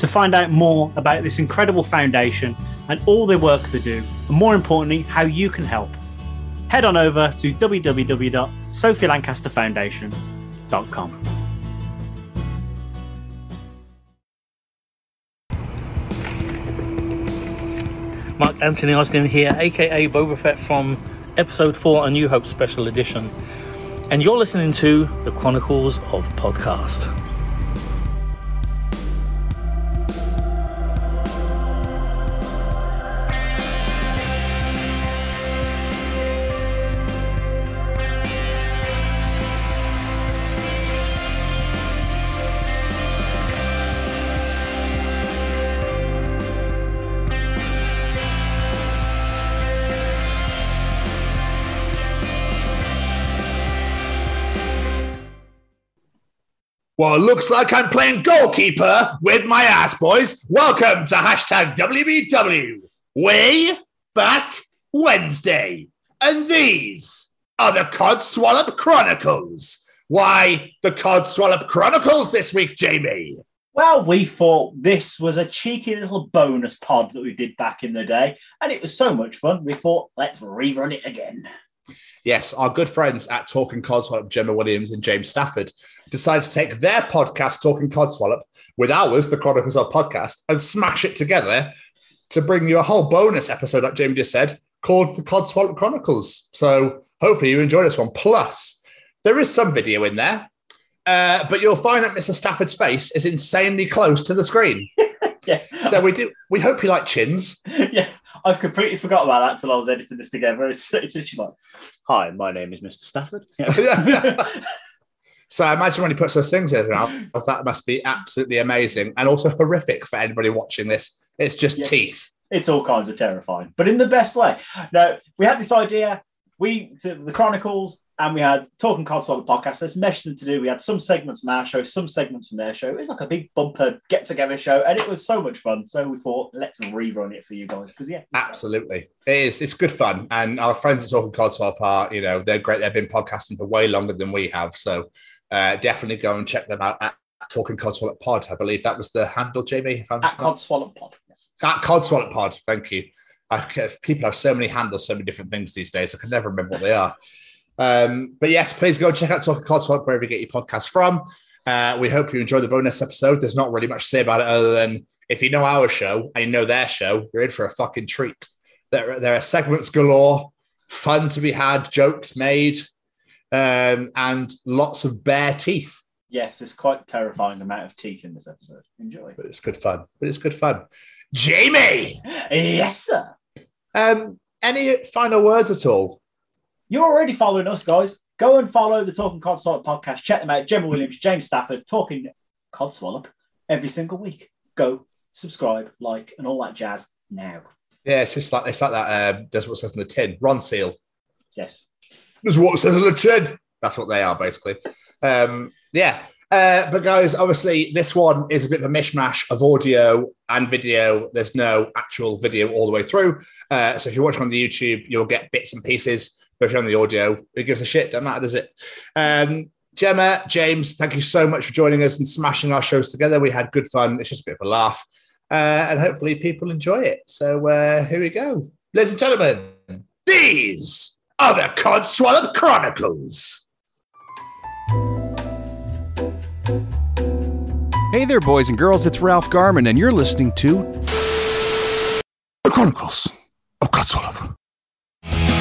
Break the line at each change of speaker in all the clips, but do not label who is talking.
To find out more about this incredible foundation and all the work they do, and more importantly, how you can help, head on over to www.sophielancasterfoundation.com.
Mark Anthony Austin here, aka Boba Fett from episode 4 A New Hope Special Edition. And you're listening to The Chronicles of Podcast.
Well, looks like I'm playing goalkeeper with my ass, boys. Welcome to hashtag WBW, Way Back Wednesday. And these are the Codswallop Chronicles. Why the Codswallop Chronicles this week, Jamie?
Well, we thought this was a cheeky little bonus pod that we did back in the day, and it was so much fun. We thought, let's rerun it again.
Yes, our good friends at Talking Codswallop, Gemma Williams and James Stafford, decided to take their podcast, Talking Codswallop, with ours, the Chronicles of Podcast, and smash it together to bring you a whole bonus episode, like Jamie just said, called the Codswallop Chronicles. So hopefully you enjoy this one. Plus, there is some video in there, uh, but you'll find that Mr. Stafford's face is insanely close to the screen.
Yeah.
So we do. We hope you like chins.
yeah, I've completely forgot about that till I was editing this together. It's, it's literally like, hi, my name is Mr. Stafford.
So I imagine when he puts those things in his mouth, that must be absolutely amazing and also horrific for anybody watching this. It's just
Yeah.
teeth.
it's all kinds of terrifying, but in the best way. No, we had this idea. We to the Chronicles and we had Talking Cards on the podcast. Let's mesh them to do. We had some segments from our show, some segments from their show. It was like a big bumper get together show, and it was so much fun. So we thought, let's rerun it for you guys because yeah,
Absolutely. It is. It's good fun. And our friends at Talking Cod Swap are, you know, they're great. They've been podcasting for way longer than we have. So uh, definitely go and check them out at Talking Cod Swap Pod. I believe that was the handle, Jamie. If I'm
at Cod Swallow Pod. Yes.
at Codswallop Ah, Pod. Thank you. I've, people have so many handles, so many different things these days. I can never remember what they are. Um, but yes, please go check out Talking Codswallop wherever you get your podcast from. Uh, we hope you enjoy the bonus episode. There's not really much to say about it other than if you know our show and you know their show, you're in for a fucking treat. There, there are segments galore, fun to be had, jokes made, um, and lots of bare teeth.
Yes, there's quite terrifying amount of teeth in this episode. Enjoy.
But it's good fun. But it's good fun. Jamie,
Yes, sir.
um, any final words at all?
You're already following us, guys. Go and follow the Talking Codswallop podcast. Check them out. Gemma Williams, James Stafford, Talking Codswallop every single week. Go subscribe, like, and all that jazz now.
Yeah, it's just like it's like that. Um, does what says in the tin. Ron Seal.
Yes.
Does what says in the tin. That's what they are basically. Um, yeah. Uh, but guys, obviously, this one is a bit of a mishmash of audio and video. There's no actual video all the way through. Uh, so if you're watching on the YouTube, you'll get bits and pieces. But if you're on the audio, it gives a shit. Doesn't matter, does it? Um, Gemma, James, thank you so much for joining us and smashing our shows together. We had good fun. It's just a bit of a laugh. Uh, and hopefully people enjoy it. So uh, here we go. Ladies and gentlemen, these are the Codswallop Chronicles.
Hey there, boys and girls. It's Ralph Garman, and you're listening to The Chronicles
That's all I've got.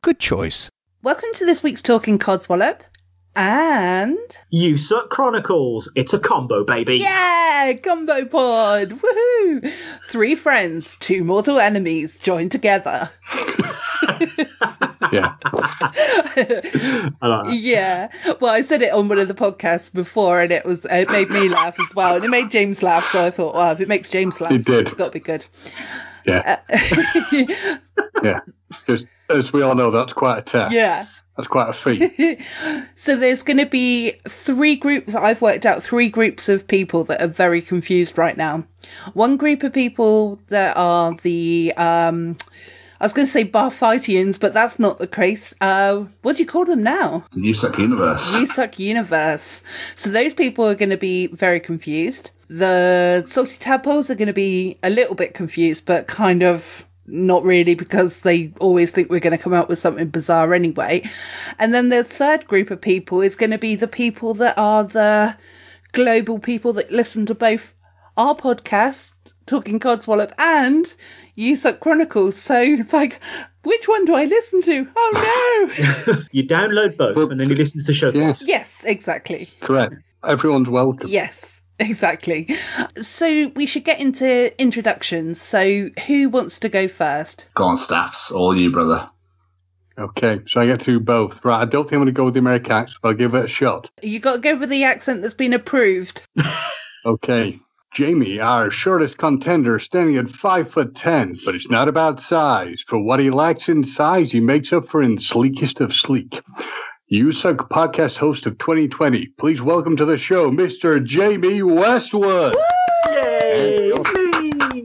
Good choice.
Welcome to this week's Talking Codswallop. And
You Suck Chronicles. It's a combo, baby.
yeah, combo pod. Woohoo! Three friends, two mortal enemies joined together.
Yeah.
I like that.
yeah. Well, I said it on one of the podcasts before and it was it made me laugh as well. And it made James laugh, so I thought, well, if it makes James laugh,
It did.
it's got to be good.
Yeah.
Uh,
Because as we all know, that's quite a task.
yeah.
That's quite a feat.
so there's going to be three groups. I've worked out three groups of people that are very confused right now. One group of people that are the um, I was going to say Barfightians, but that's not the case. Uh, what do you call them now?
The New Suck Universe.
We suck universe. So those people are going to be very confused. The salty tadpoles are going to be a little bit confused, but kind of not really because they always think we're going to come out with something bizarre anyway. And then the third group of people is going to be the people that are the global people that listen to both our podcast, Talking Codswallop, and You Suck Chronicles. So it's like, which one do I listen to? Oh no!
You download both
Well,
and then you listen to the show.
yes,
yes, exactly.
correct. Everyone's welcome.
Yes, exactly. So we should get into introductions. So who wants to go first?
Go on, staffs. All you, brother.
Okay, so I get to both. Right, I don't think I'm going to go with the American accent, but I'll give it a shot.
You got to go with the accent that's been approved.
Okay. Jamie, our shortest contender, standing at five foot ten, but it's not about size. For what he lacks in size, he makes up for in sleekest of sleek. You suck podcast host of 2020. Please welcome to the show, Mr. Jamie Westwood.
Yay!
And-
It's me!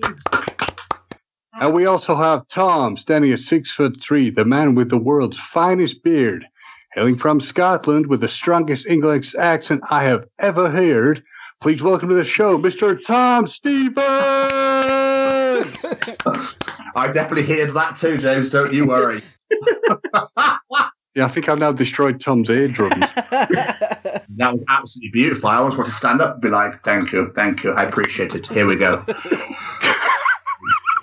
And we also have Tom, standing at six foot three, the man with the world's finest beard, hailing from Scotland with the strongest English accent I have ever heard. Please welcome to the show, Mr. Tom Stevens.
I definitely heard that too, James. Don't you worry.
yeah, I think I've now destroyed Tom's eardrums.
That was absolutely beautiful. I always want to stand up and be like, thank you, thank you. I appreciate it. Here we go.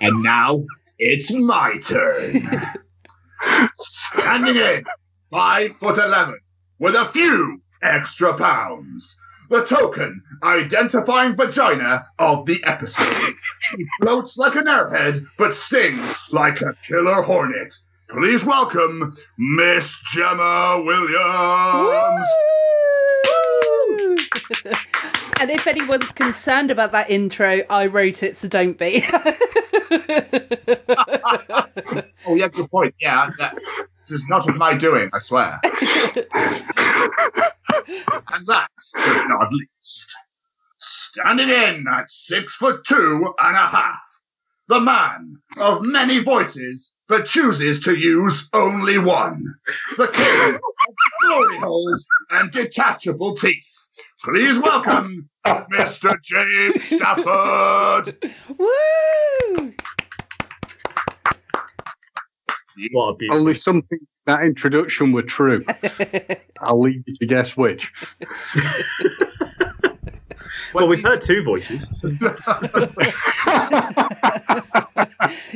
and now it's my turn. Standing in five foot eleven with a few extra pounds. The token identifying vagina of the episode. She floats like an airhead, but stings like a killer hornet. Please welcome Miss Gemma Williams.
Woo! and if anyone's concerned about that intro, I wrote it, so don't be.
Oh yeah, good point. Yeah, that, this is not of my doing, I swear. and that's not least, standing in at six foot two and a half, the man of many voices, but chooses to use only one, the king of glory holes and detachable teeth. Please welcome Mr. James Stafford.
Woo!
What a beauty.
Only something that introduction were true. I'll leave you to guess which.
Well, we've heard two voices. so-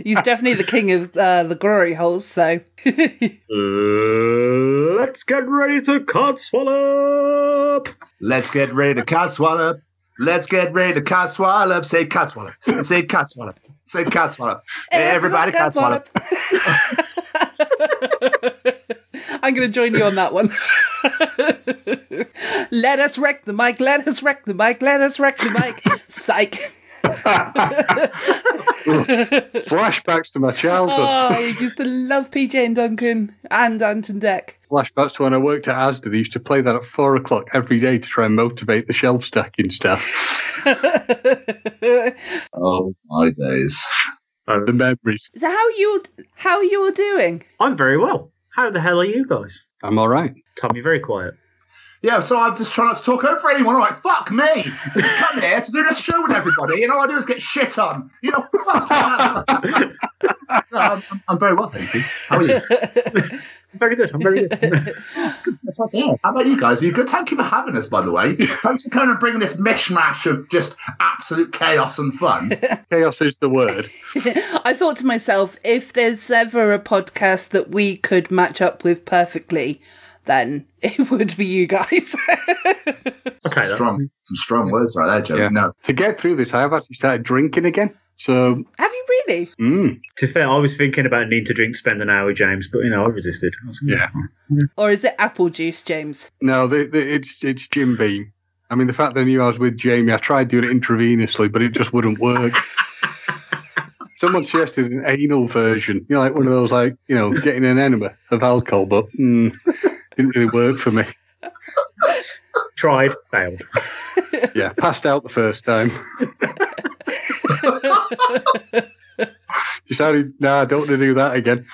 He's definitely the king of uh, the glory holes, so.
Uh, let's get ready to cod swallop.
Let's get ready to cat swallop. Let's get ready to cat swallop. Say cat swallop. Say cat swallop. Say cat swallop. Everybody cat swallop.
I'm going to join you on that one. let us wreck the mic. Let us wreck the mic. Let us wreck the mic. Psych.
Flashbacks to my
Oh,
childhood.
I used to love PJ and Duncan and Anton Deck.
Flashbacks to when I worked at Asda. They used to play that at four o'clock every day to try and motivate the shelf stacking staff.
Oh my days.
The memories.
so how you how you all doing?
I'm very well. How the hell are you guys?
I'm all right.
Tommy, very quiet.
Yeah, so I'm just trying not to talk over anyone. I'm like, fuck me. I Come here to do this show with everybody, and all I do is get shit on. You know, fuck. no, I'm, I'm very well, thank you. How are you?
very good. I'm very good.
That's what I say. How about you guys? Are you good? Thank you for having us, by the way. Thanks for coming and bringing this mishmash of just absolute chaos and fun.
Chaos is the word.
I thought to myself, if there's ever a podcast that we could match up with perfectly, then it would be you guys.
Okay, then.
strong, some strong words right there, Joe.
Yeah.
No,
To get through this, I have actually started drinking again. So,
Have you really?
mm,
to be fair, I was thinking about needing to drink, spend an hour with James, but you know, I resisted. I was,
Yeah.
Or is it apple juice, James?
no, the, the, it's it's Jim Beam. I mean, the fact that I knew I was with Jamie, I tried doing it intravenously, but it just wouldn't work. Someone suggested an anal version, you know, like one of those, like you know, getting an enema of alcohol, but mm, didn't really work for me.
tried, failed.
Yeah, passed out the first time. Decided, nah, I don't want to do that again.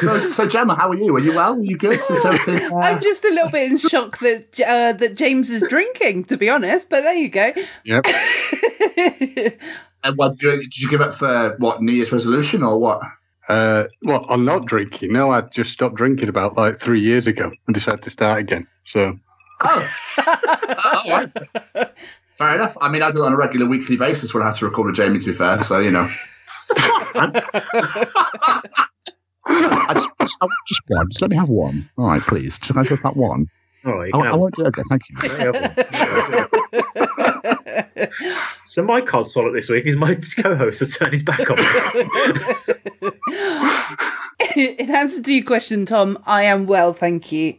so, so Gemma, how are you? Are you well? Are you good? Is everything, uh,
I'm just a little bit in shock that uh, that James is drinking, to be honest. But there you go.
Yep.
and what, did you give up for what New Year's resolution or what?
Uh, well, I'm not drinking. No, I just stopped drinking about like three years ago and decided to start again. So,
Oh, oh, all right. fair enough. I mean, I do it on a regular weekly basis when I have to record with Jamie. To be fair, so you know. I just, just, I- just one. Just let me have one. All right, please. Just can I just have that one?
All right, you
I,
can
I
have
won't do it again. Thank you.
So my cod solid this week is my co-host has turned his back on me.
in answer to your question, Tom, I am well, thank you.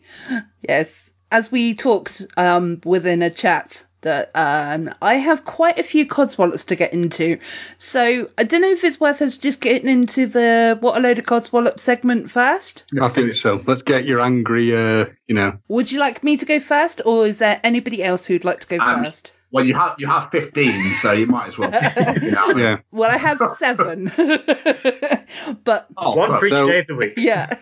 Yes. As we talked um, within a chat, that um, I have quite a few codswallops to get into. So I don't know if it's worth us just getting into the What a Load of Codswallop segment first.
I think so. Let's get your angry, uh, you know.
Would you like me to go first, or is there anybody else who'd like to go
Um,
first?
Well, you have you have fifteen, so you might as well. You know.
Yeah.
Well, I have seven. but
Oh,
One for each
So-
day of the week.
yeah.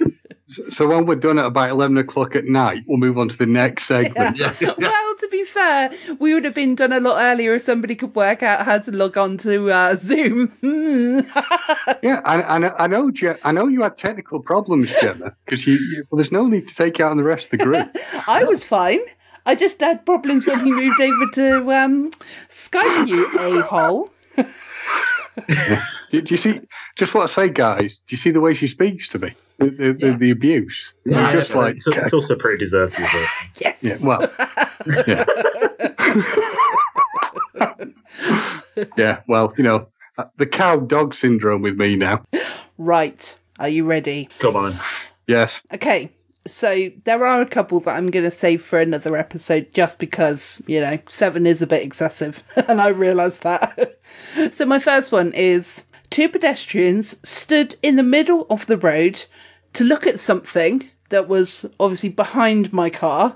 So, when we're done at about 11 o'clock at night, we'll move on to the next segment.
yeah, yeah.
well, to be fair, we would have been done a lot earlier if somebody could work out how to log on to uh, Zoom. Hmm.
Yeah, I, I, know- I know. Je- I know you had technical problems, Gemma, because you, you, well, there's no need to take out on the rest of the group.
I was fine. I just had problems when he moved over to um, Skype, you a hole.
do, do you see? Just what I say, guys. Do you see the way she speaks to me? The, the, the, the abuse.
Yeah,
It's just
yeah,
like,
It's, it's also pretty deserved to be fair.
Yes.
yeah, well, yeah, yeah, well, you know, uh, the cow dog syndrome with me now.
Right. Are you ready?
Come on.
Yes,
Okay. So there are a couple that I'm going to save for another episode just because, you know, seven is a bit excessive and I realise that. so my first one is two pedestrians stood in the middle of the road to look at something that was obviously behind my car.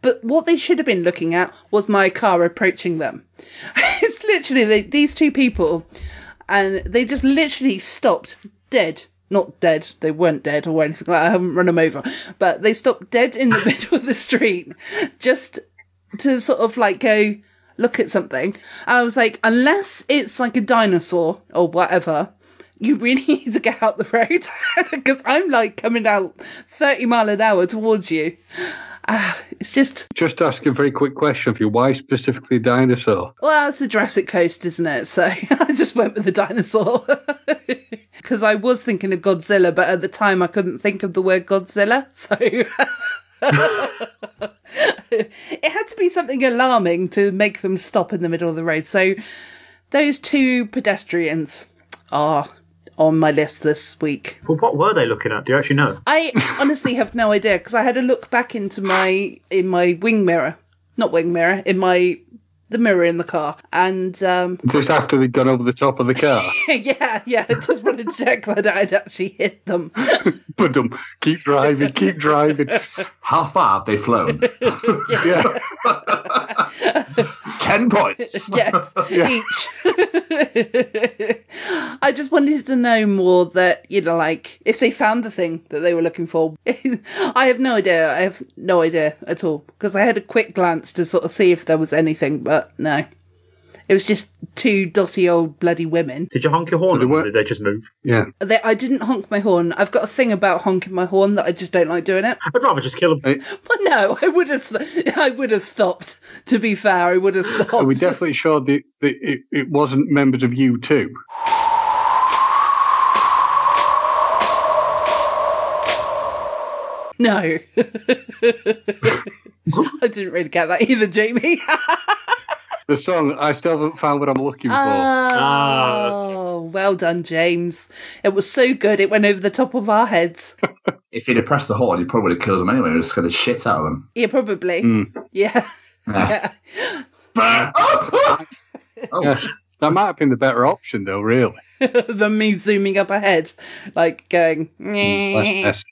But what they should have been looking at was my car approaching them. it's literally the, these two people and they just literally stopped dead. Not dead, they weren't dead or anything like that. I haven't run them over. But they stopped dead in the middle of the street just to sort of like go look at something. And I was like, unless it's like a dinosaur or whatever, you really need to get out the road because I'm like coming out 30 mile an hour towards you. Ah, it's just,
just ask a very quick question of you. Why specifically dinosaur?
well, it's a Jurassic Coast, isn't it? So I just went with the dinosaur. Because I was thinking of Godzilla, but at the time I couldn't think of the word Godzilla. So it had to be something alarming to make them stop in the middle of the road. So those two pedestrians are on my list this week.
Well, what were they looking at? Do you actually know?
I honestly have no idea because I had a look back into my in my wing mirror, not wing mirror, in my the mirror in the car, and um,
Just after they'd gone over the top of the car.
yeah, yeah, I just wanted to check that I'd actually hit them.
But um, keep driving, keep driving.
How far have they flown?
Yeah,
Ten points.
yes, each. I just wanted to know more that, you know, like, if they found the thing that they were looking for. I have no idea. I have no idea at all. Because I had a quick glance to sort of see if there was anything, but no. It was just two dotty old bloody women.
Did you honk your horn
Did they
or
work?
did they just move?
Yeah.
They, I didn't honk my horn. I've got a thing about honking my horn that I just don't like doing it.
I'd rather just kill them.
But no, I would have. st- I would have stopped. To be fair, I would have
Are
stopped.
Oh, we definitely sure that that it, it wasn't members of U2?
No. I didn't really get that either, Jamie.
The song, I still haven't found what I'm looking for.
oh, well done, James. It was so good, it went over the top of our heads.
If he'd have pressed the horn, he probably would have killed them anyway. Would have scared the shit out of them.
Yeah, probably. Yeah. yeah.
oh,
Yeah, that might have been the better option, though, really.
than me zooming up ahead, like going,
Less
Eh.
messy.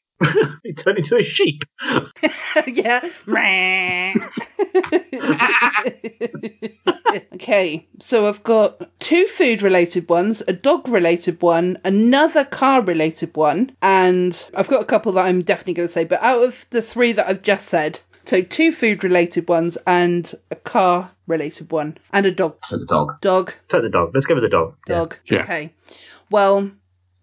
He turned into a sheep.
yeah. okay, so I've got two food related ones, a dog related one, another car related one, and I've got a couple that I'm definitely going to say, but out of the three that I've just said, so two food related ones and a car related one and a dog.
Took the dog.
Dog
Take the dog. Let's go with the dog.
dog.
Yeah.
Okay. Well,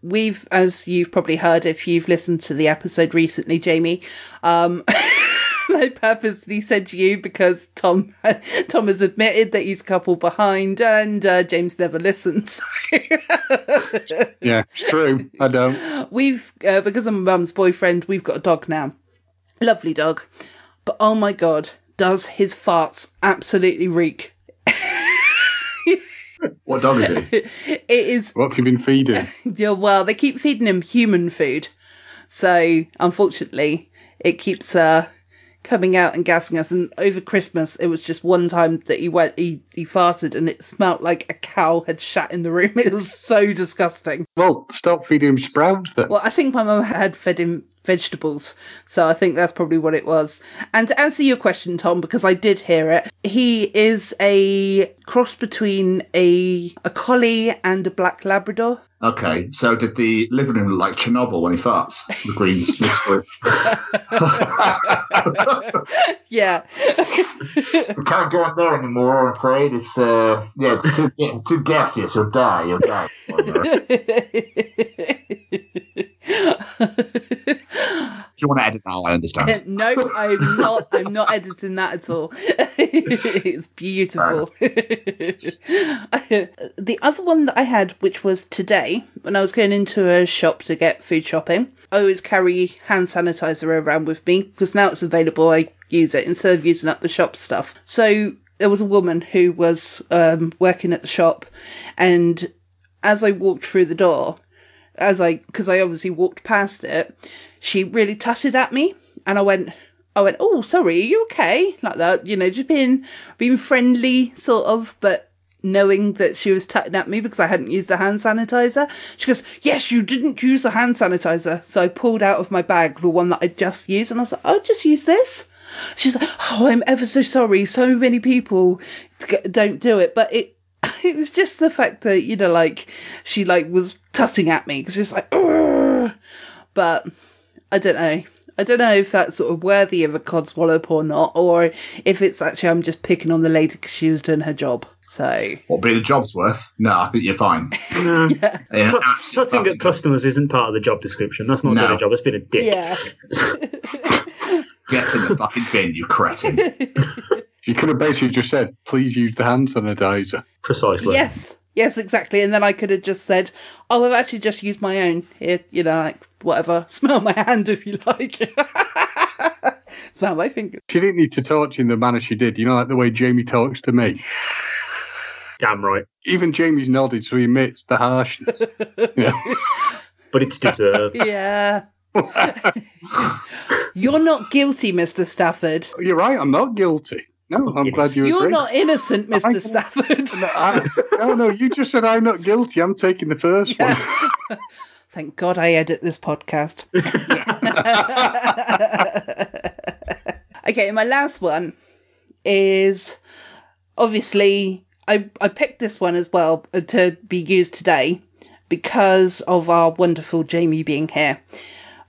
we've, as you've probably heard if you've listened to the episode recently, Jamie, um, I purposely said you because Tom Tom has admitted that he's a couple behind and uh, James never listens.
Yeah, it's true. I don't.
we've uh, because I'm my mum's boyfriend, we've got a dog now. Lovely dog. But oh my god, does his farts absolutely reek.
What dog is he?
It is
What have you been feeding?
Yeah, well, they keep feeding him human food. So, unfortunately, it keeps uh, coming out and gassing us. And over Christmas, it was just one time that he went, he, he farted and it smelt like a cow had shat in the room. It was so disgusting.
Well, stop feeding him sprouts then.
Well, I think my mum had fed him vegetables. So I think that's probably what it was. And to answer your question, Tom, because I did hear it, he is a cross between a, a collie and a black Labrador.
Okay, so did the living room look like Chernobyl when he farts? The greens. this way.
Yeah.
we can't go in there anymore, I'm afraid. It's uh, yeah, it's too, yeah, too gaseous. You'll die. You'll die. Do you want to edit that? I understand.
no, I'm not. I'm not editing that at all. it's beautiful. the other one that I had, which was today, when I was going into a shop to get food shopping, I always carry hand sanitizer around with me because now it's available. I use it instead of using up the shop stuff. So there was a woman who was um, working at the shop, and as I walked through the door, as I because I obviously walked past it, she really tutted at me, and I went, I went, oh sorry, are you okay? Like that, you know, just being being friendly sort of, but knowing that she was tutting at me because I hadn't used the hand sanitizer. She goes, yes, you didn't use the hand sanitizer, so I pulled out of my bag the one that I just used, and I was like, I'll just use this. She's like, oh, I'm ever so sorry. So many people g- don't do it, but it it was just the fact that you know, like she like was tutting at me because she was like, "Urgh." but I don't know. I don't know if that's sort of worthy of a codswallop or not, or if it's actually I'm just picking on the lady because she was doing her job. So
What being a job's worth? No, I think you're fine.
No.
Yeah,
Tut-
absolutely
Tutting
fucking
at customers isn't part of the job description. That's not
No.
doing a job. That's being a dick.
yeah,
Get in the fucking bin, you cretin.
You could have basically just said, please use the hand sanitizer.
Precisely.
yes, yes, exactly. And then I could have just said, "Oh, I've actually just used my own here," you know, like whatever. Smell my hand if you like. Smell my finger.
She didn't need to talk to you in the manner she did. You know, like the way Jamie talks to me.
Damn right.
Even Jamie's nodded, so he admits the harshness.
But it's deserved.
Yeah. You're not guilty, Mr. Stafford.
You're right, I'm not guilty. No, I'm glad you
You're
agree.
not innocent,
I-
Mr. Stafford.
I, no, no, you just said I'm not guilty. I'm taking the first one.
Thank God I edit this podcast. okay, my last one is obviously I I picked this one as well uh, to be used today because of our wonderful Jamie being here.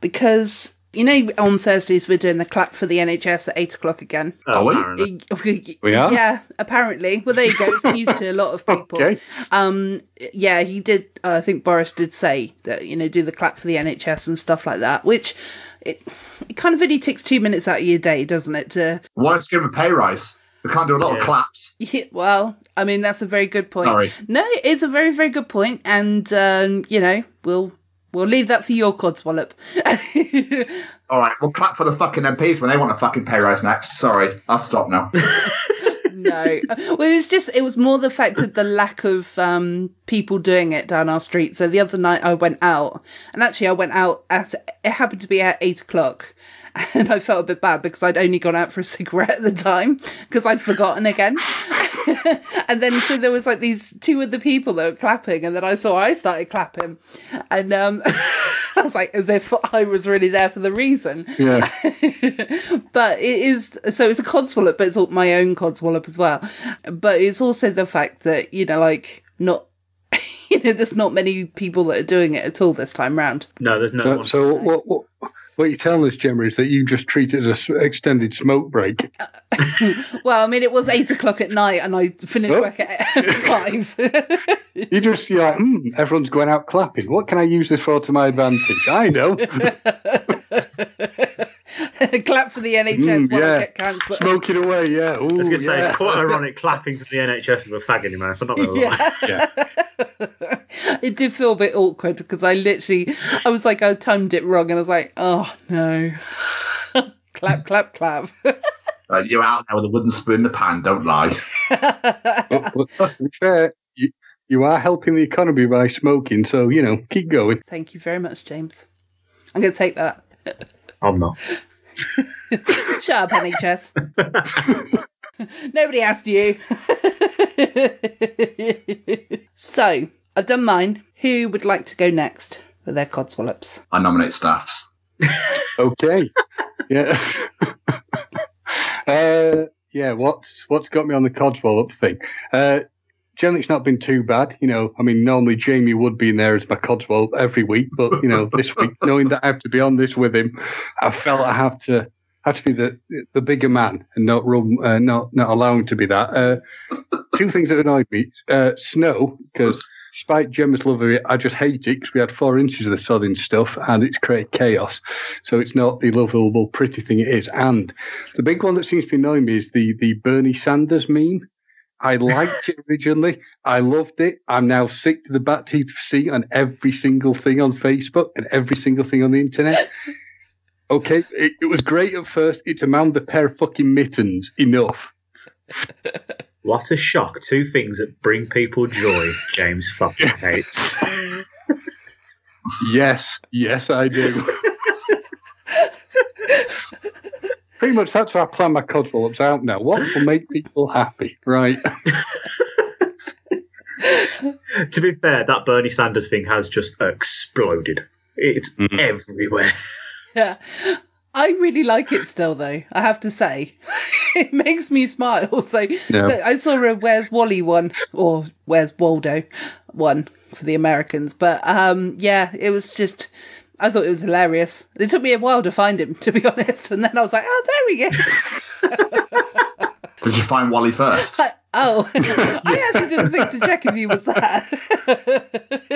Because You know, on Thursdays we're doing the clap for the NHS at eight o'clock again.
Oh,
Are we? Are Oh, We are?
Yeah, apparently. Well, there you go. It's news to a lot of people.
Okay.
Um, yeah, he did. Uh, I think Boris did say that you know do the clap for the NHS and stuff like that, which it it kind of only takes two minutes out of your day, doesn't it? To
Why don't you give him a pay rise? They can't do a lot of claps.
yeah, well, I mean that's a very good point.
Sorry.
No, it's a very very good point, and um, you know we'll we'll leave that for your codswallop.
All right, we'll clap for the fucking MPs when they want a fucking pay rise next. Sorry, I'll stop now.
no. Well, it was just, it was more the fact of the lack of um, people doing it down our street. So the other night I went out, and actually I went out at, it happened to be at eight o'clock. And I felt a bit bad because I'd only gone out for a cigarette at the time because I'd forgotten again. and then so there was like these two other people that were clapping, and then I saw I started clapping, and um, I was like as if I was really there for the reason
Yeah.
but it is so it's a codswallop, but it's all my own codswallop as well. But it's also the fact that you know, like not you know, there's not many people that are doing it at all this time round.
No, there's no
So,
one.
so what, what, what you're telling us, Gemma, is that you just treat it as an extended smoke break.
Well, I mean, it was eight o'clock at night, and I finished
Oh.
work at five.
You just, you're like, hmm, everyone's going out clapping. What can I use this for to my advantage? I know.
Clap for the NHS
Mm,
while I
yeah.
get cancer.
Smoking away, yeah. Ooh,
I was going to say,
yeah.
it's quite ironic clapping for the NHS with a fag in your mouth. I'm not going to lie.
Yeah.
Yeah.
it did feel a bit awkward because I literally, I was like, I timed it wrong, and I was like, oh no. clap, clap, clap.
Uh, you're out there with a wooden spoon in the pan, don't lie.
But, but to be fair, you, you are helping the economy by smoking, so, you know, keep going.
Thank you very much, James. I'm going to take that.
I'm not.
Shut up, NHS. Nobody asked you. so, I've done mine. Who would like to go next for their codswallops?
I nominate staffs.
Okay. yeah. uh, yeah. What's what's got me on the codswallop thing? Uh, generally, it's not been too bad. You know, I mean, normally Jamie would be in there as my codswallop every week, but you know, this week, knowing that I have to be on this with him, I felt I have to have to be the the bigger man and not run, uh, not not allowing to be that. Uh, two things that annoyed me: uh, snow, because. Despite Gemma's love of it, I just hate it because we had four inches of the sodding stuff and it's created chaos. So it's not the lovable, pretty thing it is. And the big one that seems to be annoying me is the the Bernie Sanders meme. I liked it originally. I loved it. I'm now sick to the bat teeth of seeing it on every single thing on Facebook and every single thing on the internet. Okay, it, it was great at first. It's a man with a pair of fucking mittens. Enough.
What a shock. Two things that bring people joy, James fucking hates.
Yes, yes, I do. Pretty much that's how I plan my codswallops out now. What will make people happy? Right.
to be fair, that Bernie Sanders thing has just uh, exploded. It's everywhere.
Yeah. I really like it still, though, I have to say. it makes me smile. So
No.
look, I saw a Where's Wally one or Where's Waldo one for the Americans. But um, yeah, it was just, I thought it was hilarious. It took me a while to find him, to be honest. And then I was like, oh, there he is.
Did you find Wally first?
I- oh, I actually didn't think to check if he was that.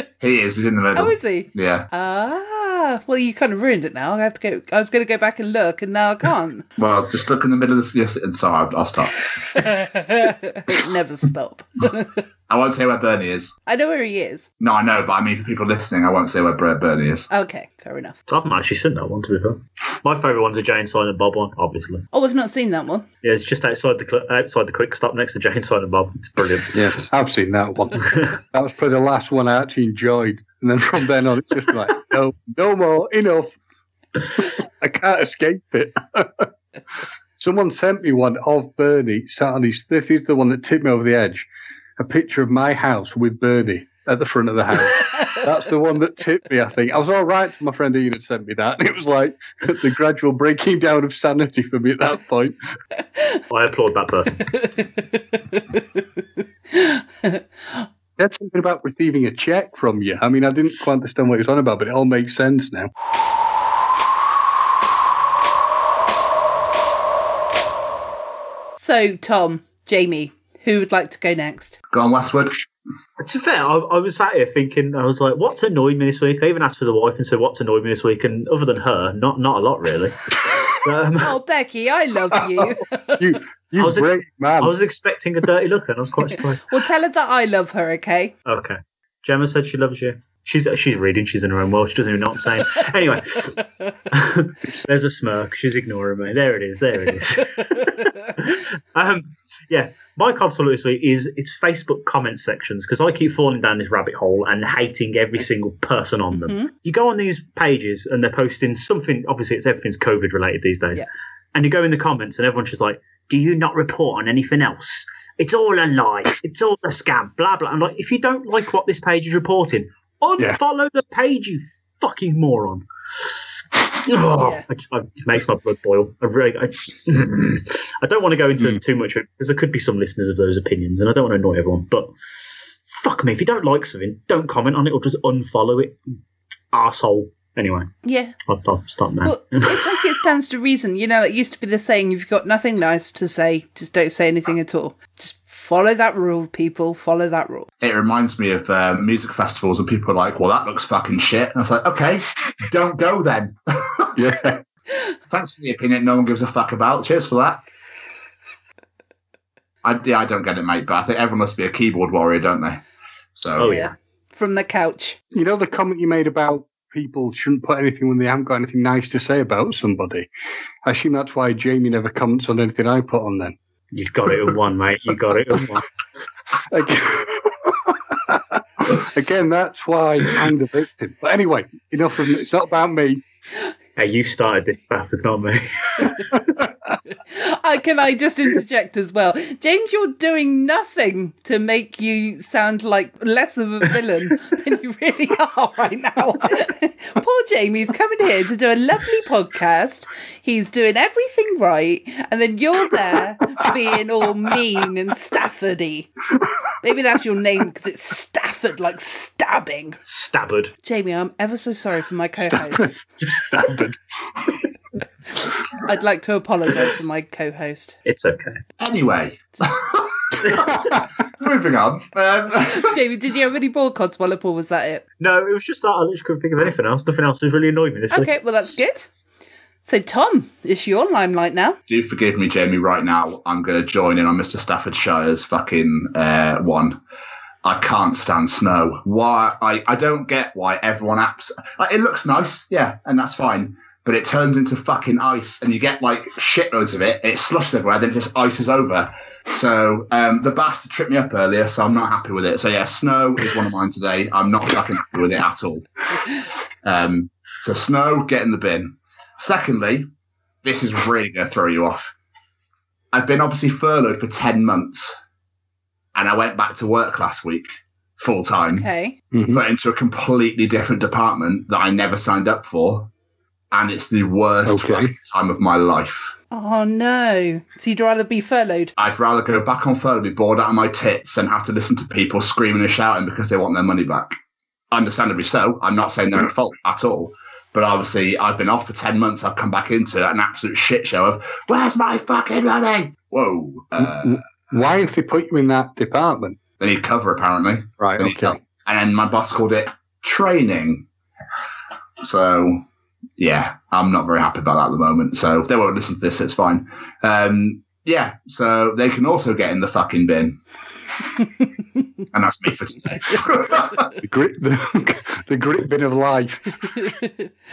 He is. He's in the middle.
oh, is he?
Yeah.
Ah, well, you kind of ruined it now. I have to go. I was going to go back and look, and now I can't.
Well, just look in the middle of the. Yes, and sorry, I'll- I'll stop.
it never stop.
I won't say where Bernie is.
I know where he is.
No, I know, but I mean, for people listening, I won't say where Ber- Bernie is.
Okay, fair enough.
I haven't actually seen that one, to be fair. My favourite one's a Jane Silent Bob one, obviously.
Oh, we've not seen that one.
Yeah, it's just outside the cl- outside the quick stop next to Jane Silent Bob. It's brilliant.
Yeah, I've seen that one. that was probably the last one I actually enjoyed. And then from then on, it's just like, no, no more, enough. I can't escape it. Someone sent me one of Bernie sat on his. This is the one that tipped me over the edge. A picture of my house with Bernie at the front of the house. That's the one that tipped me, I think. I was all right till my friend Ian had sent me that. It was like the gradual breaking down of sanity for me at that point.
I applaud that person.
said something about receiving a check from you. I mean, I didn't quite understand what he was on about, but it all makes sense now.
So, Tom, Jamie, who would like to go next?
Go on, Westwood.
To be fair, I, I was sat here thinking, I was like, what's annoyed me this week? I even asked for the wife and said, what's annoyed me this week? And other than her, not not a lot, really. Um,
Oh, Becky, I love you.
You, you
I was ex-
great man.
I was expecting a dirty look then. I was quite surprised.
well, tell her that I love her, okay?
Okay. Gemma said she loves you. She's she's reading. She's in her own world. She doesn't even know what I'm saying. Anyway, there's a smirk. She's ignoring me. There it is. There it is. um, yeah, my console this week is it's Facebook comment sections because I keep falling down this rabbit hole and hating every single person on them. You go on these pages and they're posting something. Obviously, it's everything's COVID related these days.
Yeah.
And you go in the comments and everyone's just like, "Do you not report on anything else? It's all a lie. It's all a scam. Blah blah." I'm like, if you don't like what this page is reporting, unfollow the page, you fucking moron. Oh,
Yeah.
I- I- it makes my blood boil. I really, I, I don't want to go into too much because there could be some listeners of those opinions, and I don't want to annoy everyone. But fuck me, if you don't like something, don't comment on it or just unfollow it, asshole. Anyway,
Yeah.
I'll, I'll stop now.
Well, it's like it stands to reason. You know, it used to be the saying if you've got nothing nice to say, just don't say anything at all. Just follow that rule, people. Follow that rule.
It reminds me of uh, music festivals and people are like, well, that looks fucking shit. And it's like, okay, don't go then.
yeah.
Thanks for the opinion no one gives a fuck about. Cheers for that. I, yeah, I don't get it, mate, but I think everyone must be a keyboard warrior, don't they? So,
oh yeah.
From the couch.
You know the comment you made about people shouldn't put anything when they haven't got anything nice to say about somebody? I assume that's why Jamie never comments on anything I put on then.
you've got it in one, mate. You got it in one.
Ag- Again, that's why I'm the victim. But anyway, enough of It's not about me.
Hey, you started this bastard, not me.
Uh, can I just interject as well? James, you're doing nothing to make you sound like less of a villain than you really are right now. Poor Jamie's coming here to do a lovely podcast. He's doing everything right, and then you're there being all mean and Staffordy. Maybe that's your name because it's Stafford, like stabbing.
Stabbered.
Jamie, I'm ever so sorry for my co-host. I'd like to apologise for my co-host.
It's okay.
anyway. Moving on. Um,
Jamie, did you have any more cod swallop or was that it?
No, it was just that I literally couldn't think of anything else. Nothing else has really annoyed me this
Okay, well that's good. So Tom, it's your limelight now.
do forgive me, Jamie, right now. I'm going to join in on Mr. Staffordshire's fucking uh, one. I can't stand snow. Why? I, I don't get why everyone apps. Like, it looks nice, yeah, and that's fine. But it turns into fucking ice, and you get like shitloads of it. and It slushes everywhere, then it just ices over. So um, the bastard tripped me up earlier, so I'm not happy with it. So yeah, snow is one of mine today. I'm not fucking happy with it at all. Um, so snow, get in the bin. Secondly, this is really going to throw you off. I've been obviously furloughed for 10 months and I went back to work last week full time,
Okay.
but into a completely different department that I never signed up for. And it's the worst
Okay.
fucking time of my life.
Oh no. So you'd rather be furloughed.
I'd rather go back on furlough, be bored out of my tits, than have to listen to people screaming and shouting because they want their money back. Understandably so. I'm not saying they're at fault at all. But obviously, I've been off for 10 months. I've come back into an absolute shit show of, where's my fucking money? Whoa.
Mm-hmm.
Uh,
Why have they put you in that department?
they need cover, apparently.
Right,
They need
okay.
help. And then my boss called it training. So, yeah, I'm not very happy about that at the moment. So, if they won't listen to this, it's fine. Um, yeah, so they can also get in the fucking bin. and that's me for today.
The grit, the, the grit bin of life.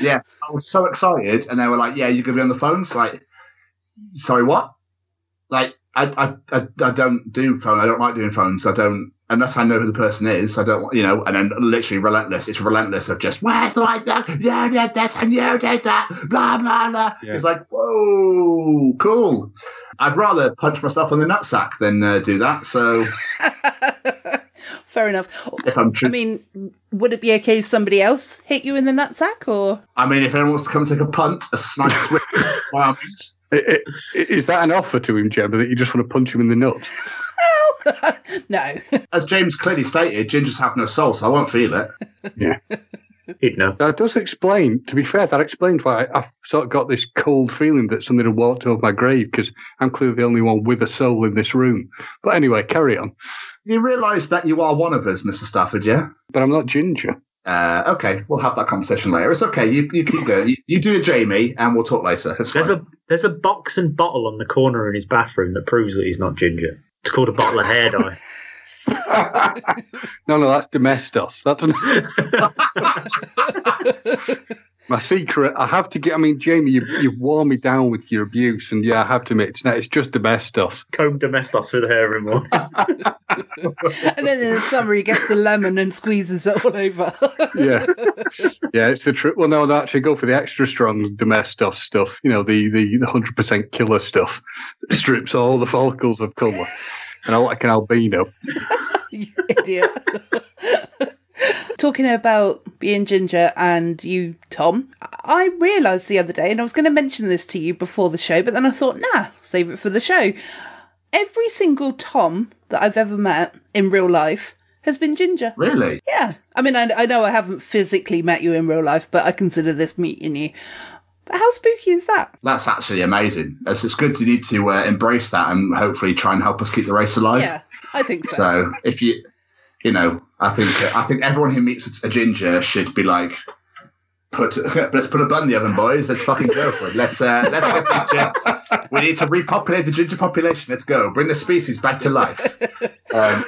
yeah, I was so excited. And they were like, yeah, you're going to be on the phones? Like, sorry, what? Like, I, I, I, I don't do phone. I don't like doing phones. I don't, unless I know who the person is, I don't, you know, and then literally relentless. It's relentless of just, where's like that? You did this and you did that. Blah, blah, blah.
Yeah.
It's like, whoa, cool. I'd rather punch myself on the nutsack than uh, do that. So
Fair enough.
if I'm
I
true, I, mean,
mean, would it be okay if somebody else hit you in the nutsack or
if anyone wants to come take a punt, a snipe swing, by all means.
I- I- Is that an offer to him, Gemma, that you just want to punch him in the nuts?
no.
as James clearly stated, gingers have no soul, so I won't feel it.
Yeah.
He'd know.
That does explain, to be fair, that explains why I've sort of got this cold feeling that somebody had walked over my grave because I'm clearly the only one with a soul in this room. But anyway, carry on.
You realise that you are one of us, Mr. Stafford, yeah?
But I'm not Ginger.
Uh, okay, we'll have that conversation later. It's okay. You, you keep going. You, you do it, Jamie, and we'll talk later. It's
There's
fine.
a there's a box and bottle on the corner in his bathroom that proves that he's not ginger. It's called a bottle of hair dye.
No, no, that's Domestos. That's my secret. I have to get, I mean, Jamie, you've, you've worn me down with your abuse, and yeah, I have to admit, it's, not- it's just Domestos.
Comb domestos with hair every morning.
and then in the summer, he gets a lemon and squeezes it all over.
yeah, yeah, it's the truth. Well, no, no, actually, go for the extra strong Domestos stuff. You know, the the hundred percent killer stuff that strips all the follicles of colour, and I like an albino.
you idiot. Talking about being ginger and you, Tom, I realised the other day, and I was going to mention this to you before the show, but then I thought, nah, save it for the show. Every single Tom that I've ever met in real life has been ginger.
really?
Yeah. I mean, I, I know I haven't physically met you in real life, but I consider this meeting you. But how spooky is that?
That's actually amazing. It's, it's good. You need to uh, embrace that and hopefully try and help us keep the race alive.
yeah, I think so.
So if you, you know, I think I think everyone who meets a ginger should be like, put let's put a bun in the oven, boys. Let's fucking go for it. Let's uh, let's get ginger. We need to repopulate the ginger population. Let's go. Bring the species back to life. Um,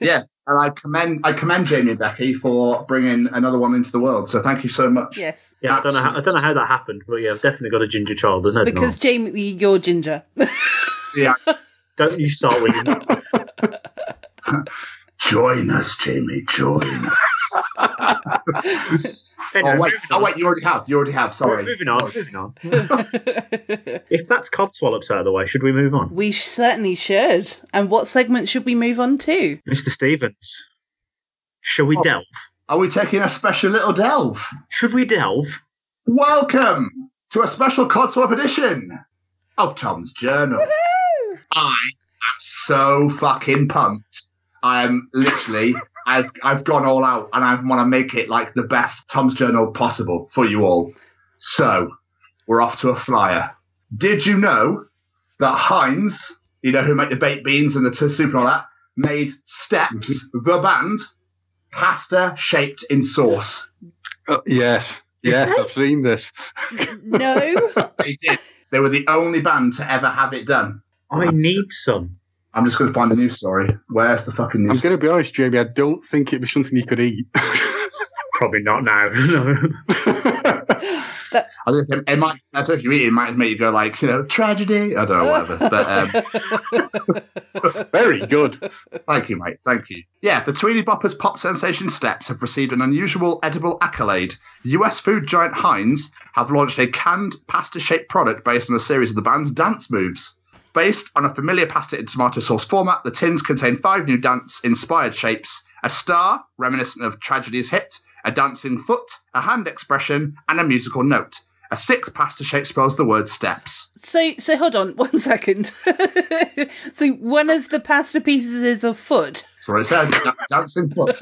yeah, and I commend I commend Jamie and Becky for bringing another one into the world. So thank you so much.
Yes.
Yeah, I don't know. How, I don't know how that happened, but yeah, I've definitely got a ginger child. There's no
Because,
because
Jamie, you're ginger.
Yeah.
don't you start with him.
Join us, Jamie. Join. us.
Anyway,
Oh wait,
moving
oh
on.
wait, you already have. You already have. Sorry.
Moving on, moving on. if that's codswallops out of the way, should we move on?
We sh- certainly should. And what segment should we move on to?
Mr. Stevens, shall
Oh.
we delve?
Are we taking a special little delve?
Should we delve?
Welcome to a special Codswap edition of Tom's Journal. I am so fucking pumped. I am literally, I've, I've gone all out and I want to make it like the best Tom's Journal possible for you all. So, we're off to a flyer. Did you know that Heinz, you know, who make the baked beans and the t- soup and all that, made Steps, the band, pasta shaped in sauce?
Uh, yes, yes, I've seen this.
No.
They did. They were the only band to ever have it done.
I need some.
I'm just going to find a news story. Where's the fucking
I'm
news?
going to be honest, Jamie. I don't think it'd be something you could eat.
Probably not now. no.
I don't know, it might. I don't know if you eat it, it might make you go like, you know, tragedy. I don't know, whatever. But um,
Very good.
thank you, mate. Thank you. Yeah, the Tweety Bopper's pop sensation Steps have received an unusual edible accolade. U.S. food giant Heinz have launched a canned pasta-shaped product based on a series of the band's dance moves. Based on a familiar pasta and tomato sauce format, the tins contain five new dance inspired shapes a star, reminiscent of Tragedy's hit, a dancing foot, a hand expression, and a musical note. A sixth pasta shape spells the word steps.
so, so hold on one second. so, one of the pasta pieces is a foot.
So what it says da- dancing foot.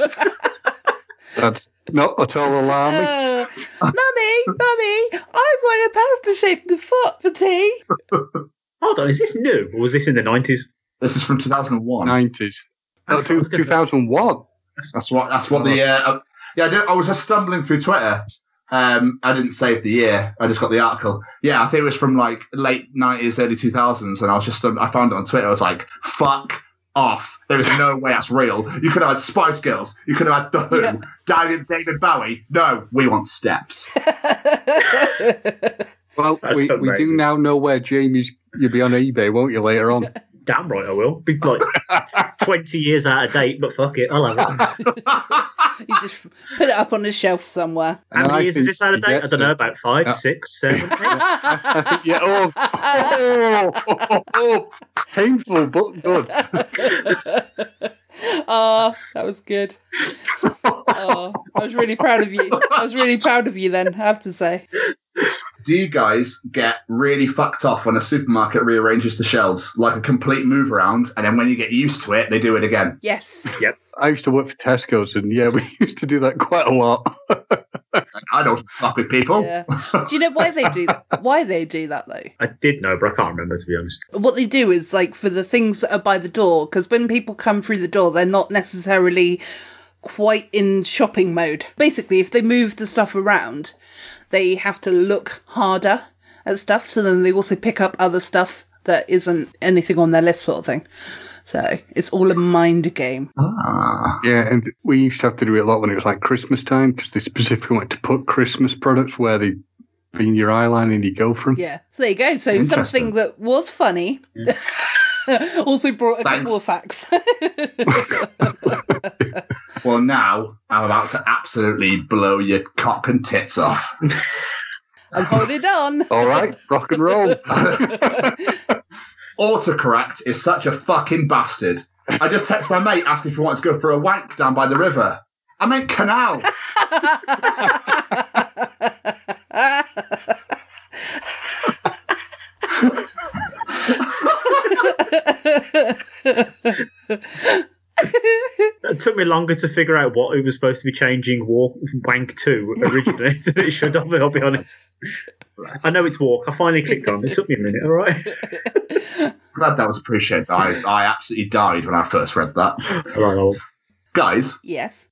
That's not at all alarming.
Uh, mummy, mummy, I want a pasta shaped foot for tea.
Hold on, is this new or was this in the nineties?
This is from 2001.
Nineties. No,
That's what Uh, I
two,
was gonna-
2001.
That's what. That's what the. Uh, yeah, I, don't- I was just stumbling through Twitter. Um, I didn't save the year. I just got the article. Yeah, I think it was from like late nineties, early two thousands, and I was just. Um, I found it on Twitter. I was like, "Fuck off! There is no way that's real. You could have had Spice Girls. You could have had The Who.
Yeah.
David, David Bowie. No, we want steps.
Well,
That's
we, we do
amazing.
now know where Jamie's. You'll be on eBay, won't you, later on?
Damn right, I will. Be like twenty years out of date, but fuck it, I'll have it.
you just put it up on a shelf somewhere.
How
And I
many years is
think
this out of
he
date? I
gets
don't know.
it.
About five,
Yeah.
six, seven.
I think- yeah, oh, oh, oh, oh, oh, painful but good.
Ah, that was good. Oh, I was really proud of you. I was really proud of you then, I have to say.
do you guys get really fucked off when a supermarket rearranges the shelves like a complete move around, and then when you get used to it, they do it again?
Yes.
I used to work for Tesco's, and yeah, we used to do that quite a lot.
I don't fuck with people.
Yeah. Do you know why they do that? Why they do that though?
I did know, but I can't remember to be honest.
what they do is like for the things that are by the door because when people come through the door they're not necessarily quite in shopping mode basically if they move the stuff around they have to look harder at stuff so then they also pick up other stuff that isn't anything on their list sort of thing so it's all a mind game
Ah,
yeah, and we used to have to do it a lot when it was like Christmas time because they specifically wanted to put Christmas products where they been your eye line and you go from.
yeah so there you go so
Interesting.
something that was funny also brought a couple of facts
well, now I'm about to absolutely blow your cock and tits off.
and hold it on
All right, rock and roll.
Autocorrect is such a fucking bastard. I just text my mate asking if he wants to go for a wank down by the river. I meant canal.
It took me longer to figure out what it was supposed to be changing walk wank to originally than it should have. I'll be honest. I know it's walk. I finally clicked on. it. It took me a minute. All right.
Glad that was appreciated. I, I absolutely died when I first read that.
All right, I'll-
Guys,
yes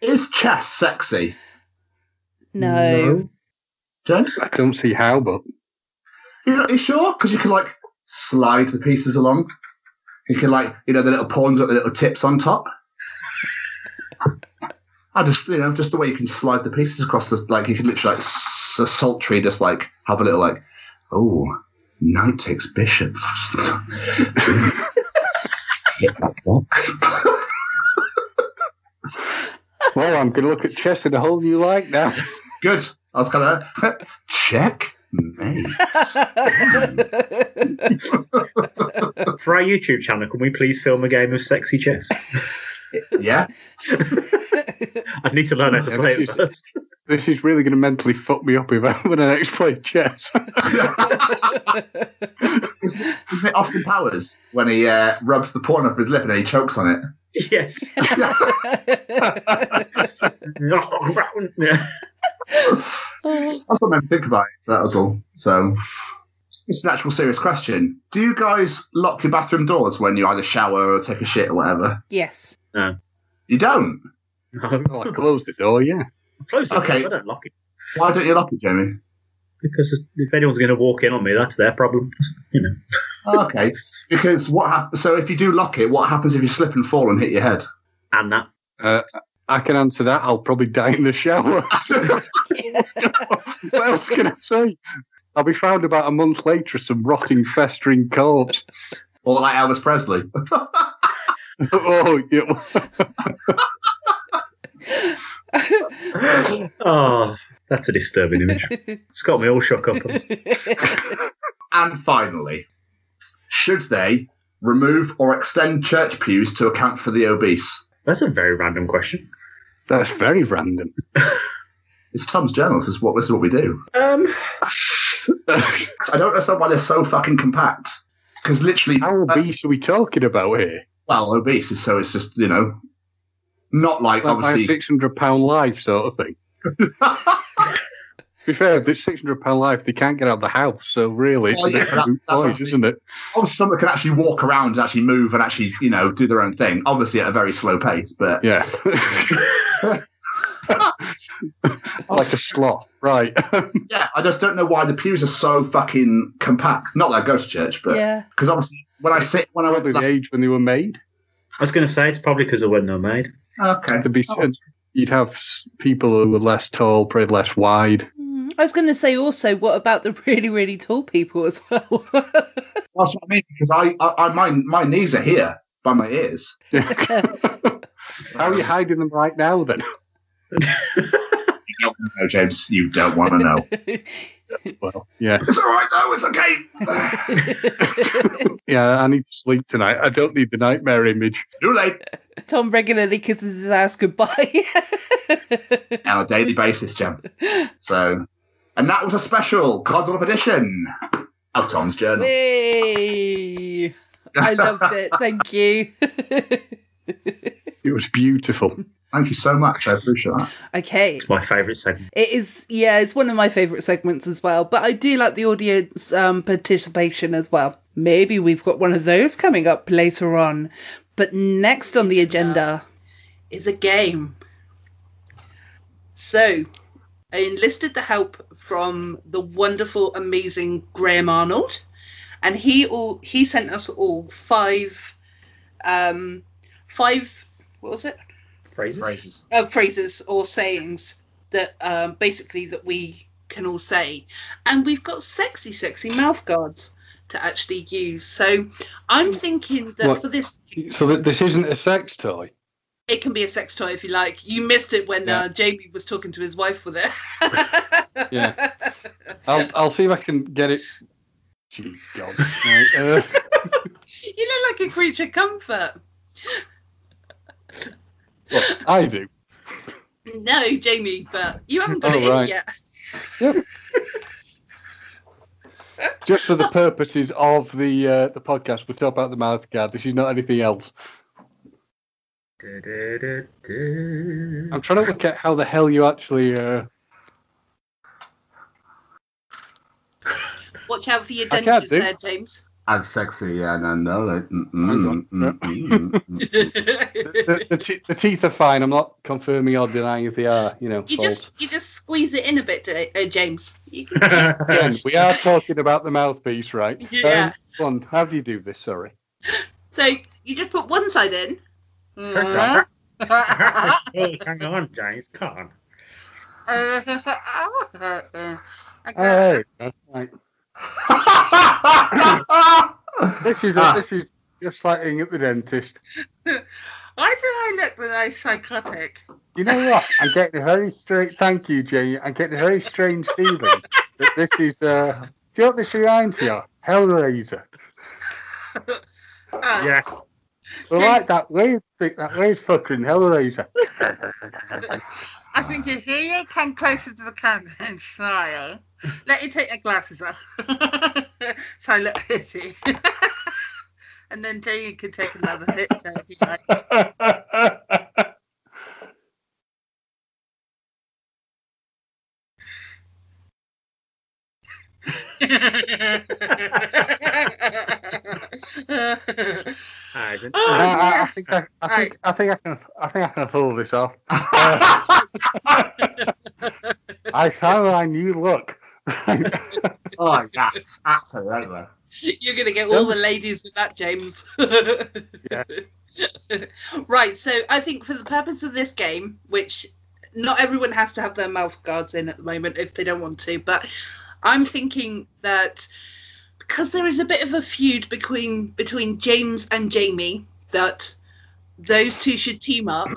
is chess sexy?
no.
James?
I don't see how, but
You know, you sure? Because you can like slide the pieces along. You can like, you know, the little pawns with the little tips on top. I just, you know, just the way you can slide the pieces across the, like, you can literally like s- sultry, just like have a little like, oh, knight takes bishop. Hit that block.
well, I'm going to look at chess in a whole new light now.
Good. I was kind of check mate.
For our YouTube channel, can we please film a game of sexy chess?
Yeah.
I need to learn how to
Yeah,
play it
that's
first.
This is really going to mentally fuck me up if I, when I next play chess.
Isn't it- isn't it Austin Powers when he uh, rubs the porn off his lip and then he chokes on it?
Yes.
That's what I meant to think about it. So that was all. So it's an actual serious question. Do you guys lock your bathroom doors when you either shower or take a shit or whatever?
yes
You don't.
no.
well, Oh, I closed the door, yeah.
Close it.
Okay.
I don't lock it
Why don't you lock it, Jamie?
because if anyone's going to walk in on me, that's their problem. You know.
Oh, Okay. Because what happens? So if you do lock it, what happens if you slip and fall and hit your head?
And that.
Uh, I can answer that. I'll probably die in the shower. what else can I say? I'll be found about a month later as some rotting, festering corpse.
Or like Elvis Presley?
oh, yeah.
Oh, that's a disturbing image. It's got me all shook up.
And finally, should they remove or extend church pews to account for the obese?
That's a very random question.
That's very random.
It's Tom's journals. This is what this is what we do.
Um,
I don't understand why they're so fucking compact. Because literally,
How
uh,
obese are we talking about here?
well, obese is so it's just you know, not like
Like my
obviously.
600 pound life sort of thing. To be fair, this 600 pound life, they can't get out of the house. So really, it's
Well,
an
Oh, yeah, that- that's
excellent point,
obviously-
isn't it?
obviously, oh, someone that can actually walk around and actually move and actually you know do their own thing. Obviously, at a very slow pace, but
Yeah. like a sloth. Right.
yeah, I just don't know why the pews are so fucking compact. Not that I go to church, but
yeah
because obviously when I sit when I went
Probably the
last-
age when they were made.
I was going to say it's probably because of when they're made.
Oh, okay,
To be said, you'd have s- people who were less tall, probably less wide.
Mm, I was going to say also, what about the really, really tall people as well?
that's what I mean because I, I, I my my knees are here by my ears.
How are you hiding them right now then?
You don't wanna know, James. You don't want to know.
Well, yeah.
it's all right though. It's okay.
Yeah, I need to sleep tonight. I don't need the nightmare image.
Too late.
Tom regularly kisses his ass goodbye.
on a daily basis, Jim. So And that was a special God's Love Edition of Tom's Journal.
Yay! I loved it. Thank you.
It was beautiful.
Thank you so much. I appreciate that.
okay.
It's my favourite segment.
It is, yeah, it's one of my favourite segments as well. But I do like the audience um, participation as well. Maybe we've got one of those coming up later on. But next on the agenda is a game. So I enlisted the help from the wonderful, amazing Graham Arnold, and he all he sent us all five, um, five. What was it?
Phrases?
Phrases.
uh, phrases or sayings that um, basically that we can all say and we've got sexy sexy mouth guards to actually use so i'm thinking that
Mm. What?
for this
So th- this isn't a sex toy.
it can be a sex toy if you like you missed it when
Yeah.
uh, jamie was talking to his wife with it
Yeah. I'll I'll see if I can get it. Gee, God. Right, uh,
you look like a creature comfort
well, I do.
no jamie but you haven't got
Oh,
it in
right.
yet
Just for the purposes of the uh, the podcast, we'll talk about the mouth guard. This is not anything else. I'm trying to look at how the hell you actually. Uh,
watch out for your
I can't
dentures
do.
there james
And sexy, and I know it.
mm, mm, the, the, te- the teeth are fine. I'm not confirming or denying if they are. You know,
you
false.
just you just squeeze it in a bit Ja- uh, james you can
Again, we are talking about the mouthpiece, right?
Yeah.
Um, one, how do you do this? Sorry.
So you just put one side in.
Okay. Hang on, James. Come on.
Oh,
Hey, right. This is
Ah.
this is just like being at the dentist.
Why did I look when I was psychotic?
You know what? I'm getting a very straight. Thank you, Jane. I'm getting a very strange feeling that this is. Uh, do you know what this reminds me of? Hellraiser.
Ah,
Yes.
Well, like that weird thing, that weird fucker in Hellraiser.
I think if you come closer to the camera and smile, let me take my glasses off. so I look pretty. and then Jamie can take another picture if he likes.
I didn't-
I,
Ah!
Oh,
I- I think I, I
Right.
think I think I can I think I can pull this off. I found my new look.
oh, yeah. Absolutely.
You're going to get all the ladies with that, James. Right, so I think for the purpose of this game, which not everyone has to have their mouth guards in at the moment if they don't want to, but I'm thinking that because there is a bit of a feud between between James and Jamie that those two should team up.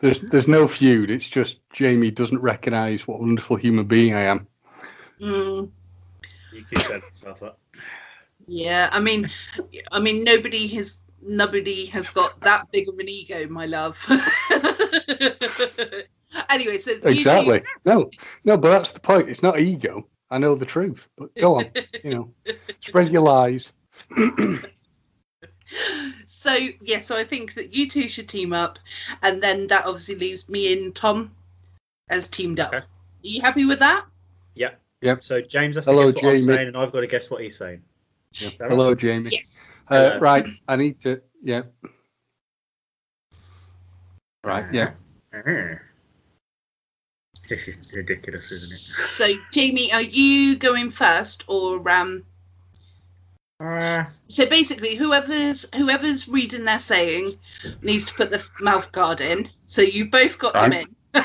There's there's no feud. It's just Jamie doesn't recognise what a wonderful human being I am.
Mm,
You keep that yourself up.
yeah, I mean, I mean nobody has nobody has got that big of an ego, my love. anyway, so you two-
Exactly. No, no, but that's the point. It's not ego. I know the truth. But go on, you know, spread your lies.
so yeah, so I think that you two should team up, and then that obviously leaves me and Tom as teamed up.
Okay.
Are you happy with that?
Yep.
Yep.
So James has to
Hello,
guess what I'm
Jamie.
saying, and I've got to guess what he's saying.
Yeah.
All right.
Hello, Jamie.
Yes.
Uh,
Hello.
right, I need to. Yeah. Right. Yeah.
This is ridiculous, isn't
So Jamie, are you going first, or um?
it? Uh,
So basically, whoever's whoever's reading their saying needs to put the mouth guard in. So you both got them in.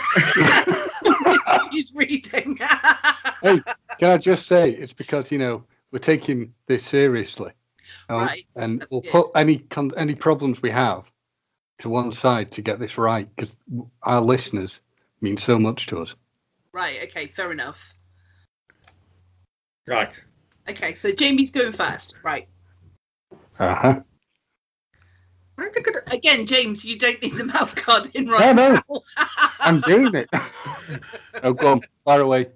He's reading.
Can I just say it's because you know we're taking this seriously, um,
Right,
and
that's
we'll
good.
put any con- any problems we have to one side to get this right because our listeners mean so much to us.
right. Okay. Fair enough.
right.
Okay. So Jamie's going first. Right.
Uh huh.
Again, James, you don't need the mouth guard in
No,
right
no,
now.
I'm doing it. oh, go on, far away.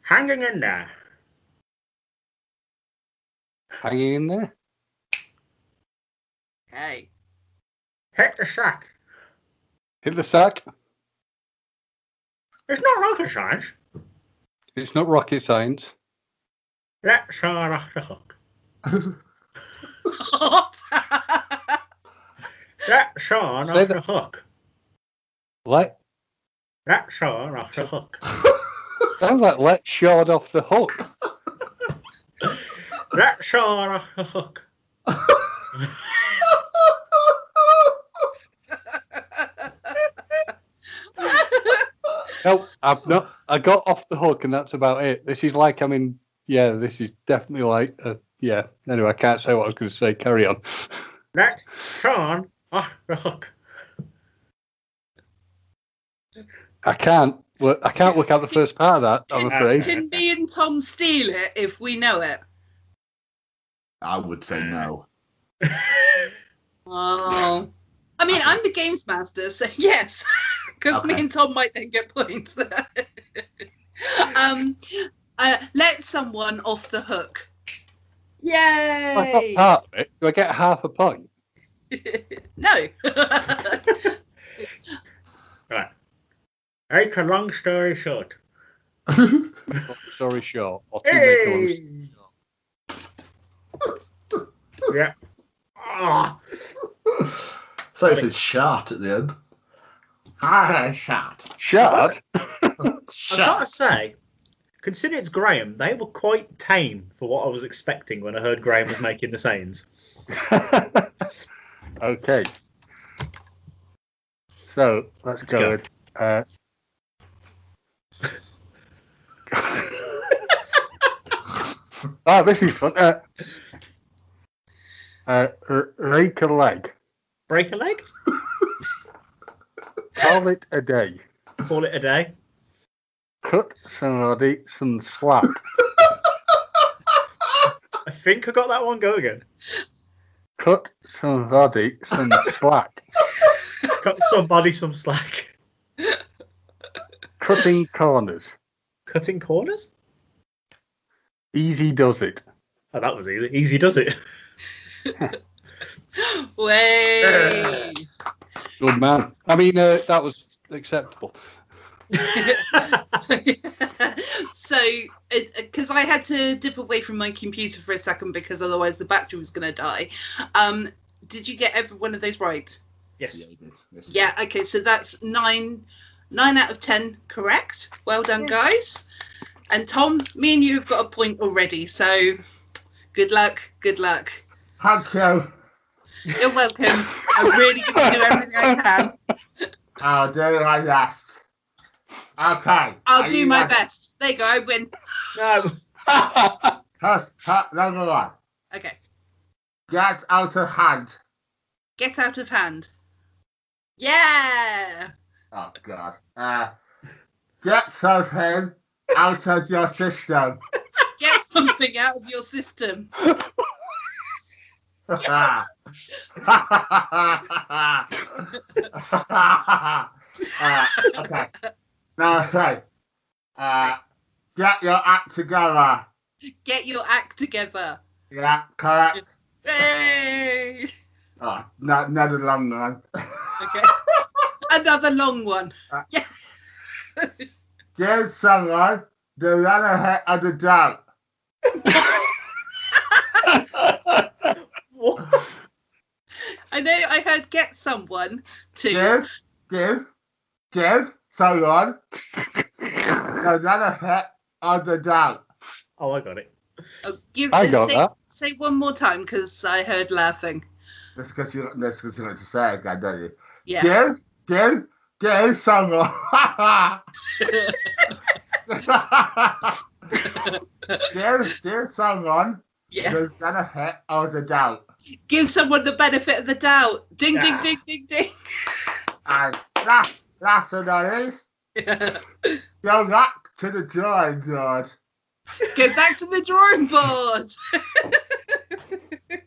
Hanging in there.
Hanging in there.
Hey.
Hit the sack.
Hit the sack.
It's not rocket science.
It's not rocket science.
Let's her off the hook. Let's her off
Say
the
that-
hook.
Let
Let's her off the hook.
sounds like let Shard off the hook.
Let's her off the hook.
Oh,
Nope, I've not. I got off the hook, and that's about it. This is like, I mean, yeah, this is definitely like, uh, yeah. Anyway, I can't say what I was going to say. Carry on.
Let's her off the hook.
I can't. Work, I can't work out the first part of that. I'm
Uh,
afraid.
Can me and Tom steal it if we know it?
I would say no.
Oh. I mean, I'm the games master, so yes, because me
Okay.
and Tom might then get points there. um, uh, let someone off the hook.
I got
Yay!
part of it. Do I get half a point?
no.
Right. Make a long story short.
Story short, or to make a long
Hey! yeah. Ah.
So it's his shot at the end. Ah, shot.
Shard?
I gotta say, considering it's Graham, they were quite tame for what I was expecting when I heard Graham was making the sayings.
okay. So let's,
Let's
go.
go.
With, uh... ah, this is fun. Uh, uh, r- rake a leg.
Break a leg?
Call it a day.
Call it a day.
Cut somebody some slack.
I think I got that one go again.
Cut somebody some slack.
Cut somebody some slack.
Cutting corners.
Cutting corners?
Easy does it.
Oh, that was easy. Easy does it.
Way.
Good man. I mean, uh, that was acceptable.
so, because uh, I had to dip away from my computer for a second because otherwise the battery was going to die. Um, did you get every one of those right?
Yes.
Yeah. Okay. So that's nine, nine out of ten correct. Well done, guys. And Tom, me and you have got a point already. So, good luck. Good luck.
Thank you.
You're welcome. I'm really going to do everything I can.
I'll do my best. Okay.
I'll
Are
do
you
my
ready?
best. There you go. I win.
No.
Oh, First part number one.
Okay.
Get out of hand.
Get out of hand. Yeah.
Oh god. Uh, get something out of your system.
Get something out of your system.
uh, okay. Now, okay. Uh, get your act together.
Get your act together.
Yeah, correct.
Hey.
Oh, no, not a long one.
Okay. Another long one.
Give someone the runner of the doubt.
What?
I know I heard get someone to.
Give, give, give someone the runner of the doubt.
Oh, I got it.
Oh, give,
I got
say,
that.
say one more time because I heard laughing.
That's because you that's because you like to say it again, don't you?
Yeah.
Give, give, give someone. give, give someone
Yeah.
the benefit of the doubt.
Give someone the benefit of the doubt. Ding,
Yeah.
ding, ding, ding,
And last, last but not least,
ding.
go back to the drawing board.
Go back to the drawing board.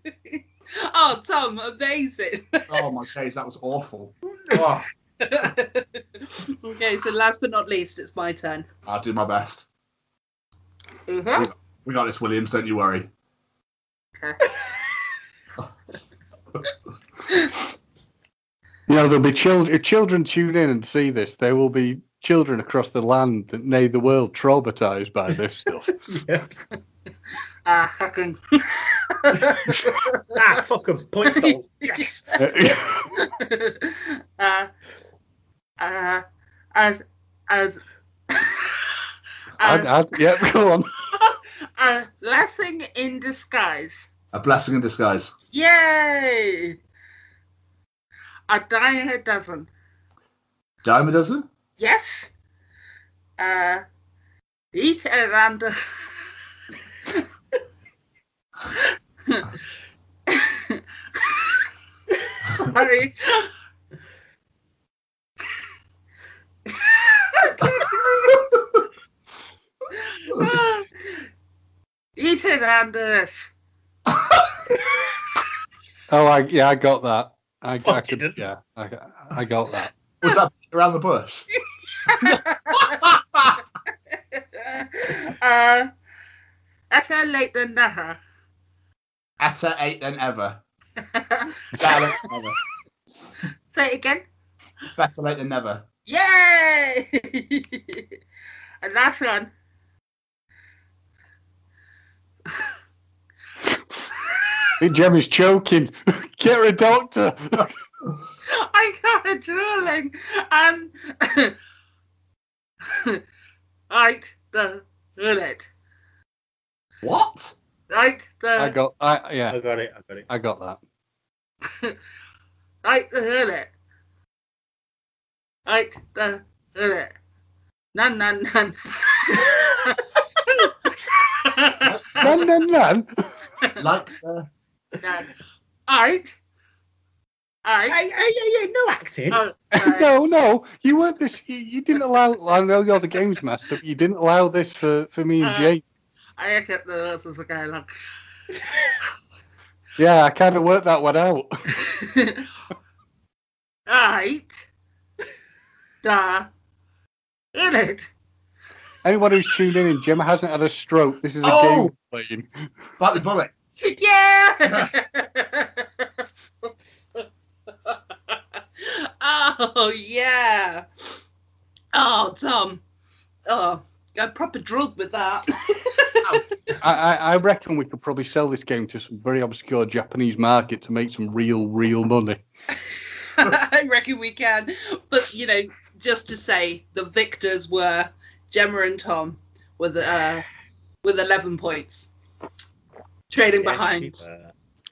oh, Tom, amazing.
Oh my days, that was awful. Oh,
okay, so last but not least, it's my turn.
I'll do my best. We got- We got this, Williams. Don't you worry.
You know, there'll be children. If children tune in and see this, there will be children across the land, that- nay, the world, traumatized by this stuff.
Ah, fucking.
ah, fuck 'em. Point stole. Yes.
uh, uh, and, and, Um,
I'd, I'd, yeah, go on.
a blessing in disguise.
A blessing in disguise.
Yay! A dime a dozen.
Dime a dozen?
Yes. Uh, eat a random. Sorry. eat a random.
Oh, I, yeah, I got that. I, I could, yeah, I, I got that.
Was that around the bush?
uh, better late than never.
Atta eight than ever. Better
Say
late than never.
it again.
Better late than never.
Yay! and last one.
Jemmy's choking. Get her a doctor.
I got a drooling. Um, right the roulette.
What?
Right
I
the
got, I, yeah,
Uh,
I got it. I got it.
I got that.
right the roulette. Right the roulette. None, none, none.
None, none, none.
Like uh, the
no. Right. Right.
Hey, hey, hey, hey, no acting.
Oh,
no, no, you weren't this. You, you didn't allow. I know you're the games master, but you didn't allow this for for me and
Uh,
Jake.
I kept the words as I go along.
Yeah, I kind of worked that one out.
right. Da. In it.
Anyone who's tuned in and Jim hasn't had a stroke, this is a
Oh!
game we're playing.
Bartley Bullet.
Yeah. oh yeah. Oh Tom. Oh, I proper drilled with that.
I, I, I reckon we could probably sell this game to some very obscure Japanese market to make some real, real money.
I reckon we can. But you know, just to say, the victors were Gemma and Tom with uh, with eleven points, trailing behind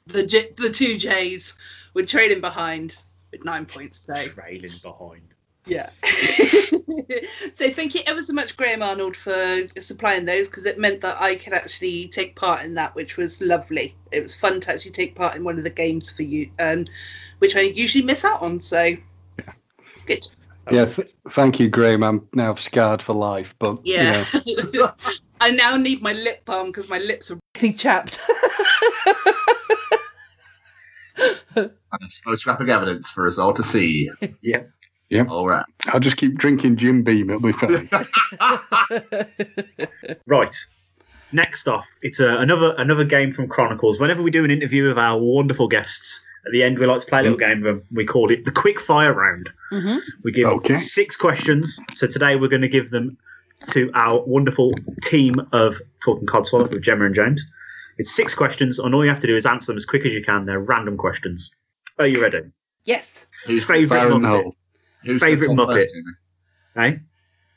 the J- the two J's. We're trailing behind with nine points. So
uh, Trailing behind.
yeah. so thank you ever so much, Graham Arnold, for supplying those because it meant that I could actually take part in that, which was lovely. It was fun to actually take part in one of the games for you, um, which I usually miss out on. So it's good.
Yeah, th- thank you, Graham. I'm now scarred for life, but you
Yeah.
know,
I now need my lip balm because my lips are.
He chapped.
And it's photographic evidence for us all to see.
Yeah.
Yeah.
All right.
I'll just keep drinking Jim Beam. It'll be fine.
Right. Next off, it's a, another another game from Chronicles. Whenever we do an interview with our wonderful guests, at the end we like to play a little game with them. We call it the quick fire round.
Mhm.
We give
Okay.
six questions. So today we're going to give them to our wonderful team of Talking Codswallop with Gemma and James. It's six questions, and all you have to do is answer them as quick as you can. They're random questions. Are you ready?
yes.
Who's
Fire
Favorite
in the
Muppet.
hole.
who's
Favourite
gonna talk
Muppet.
first, Jamie?
Eh?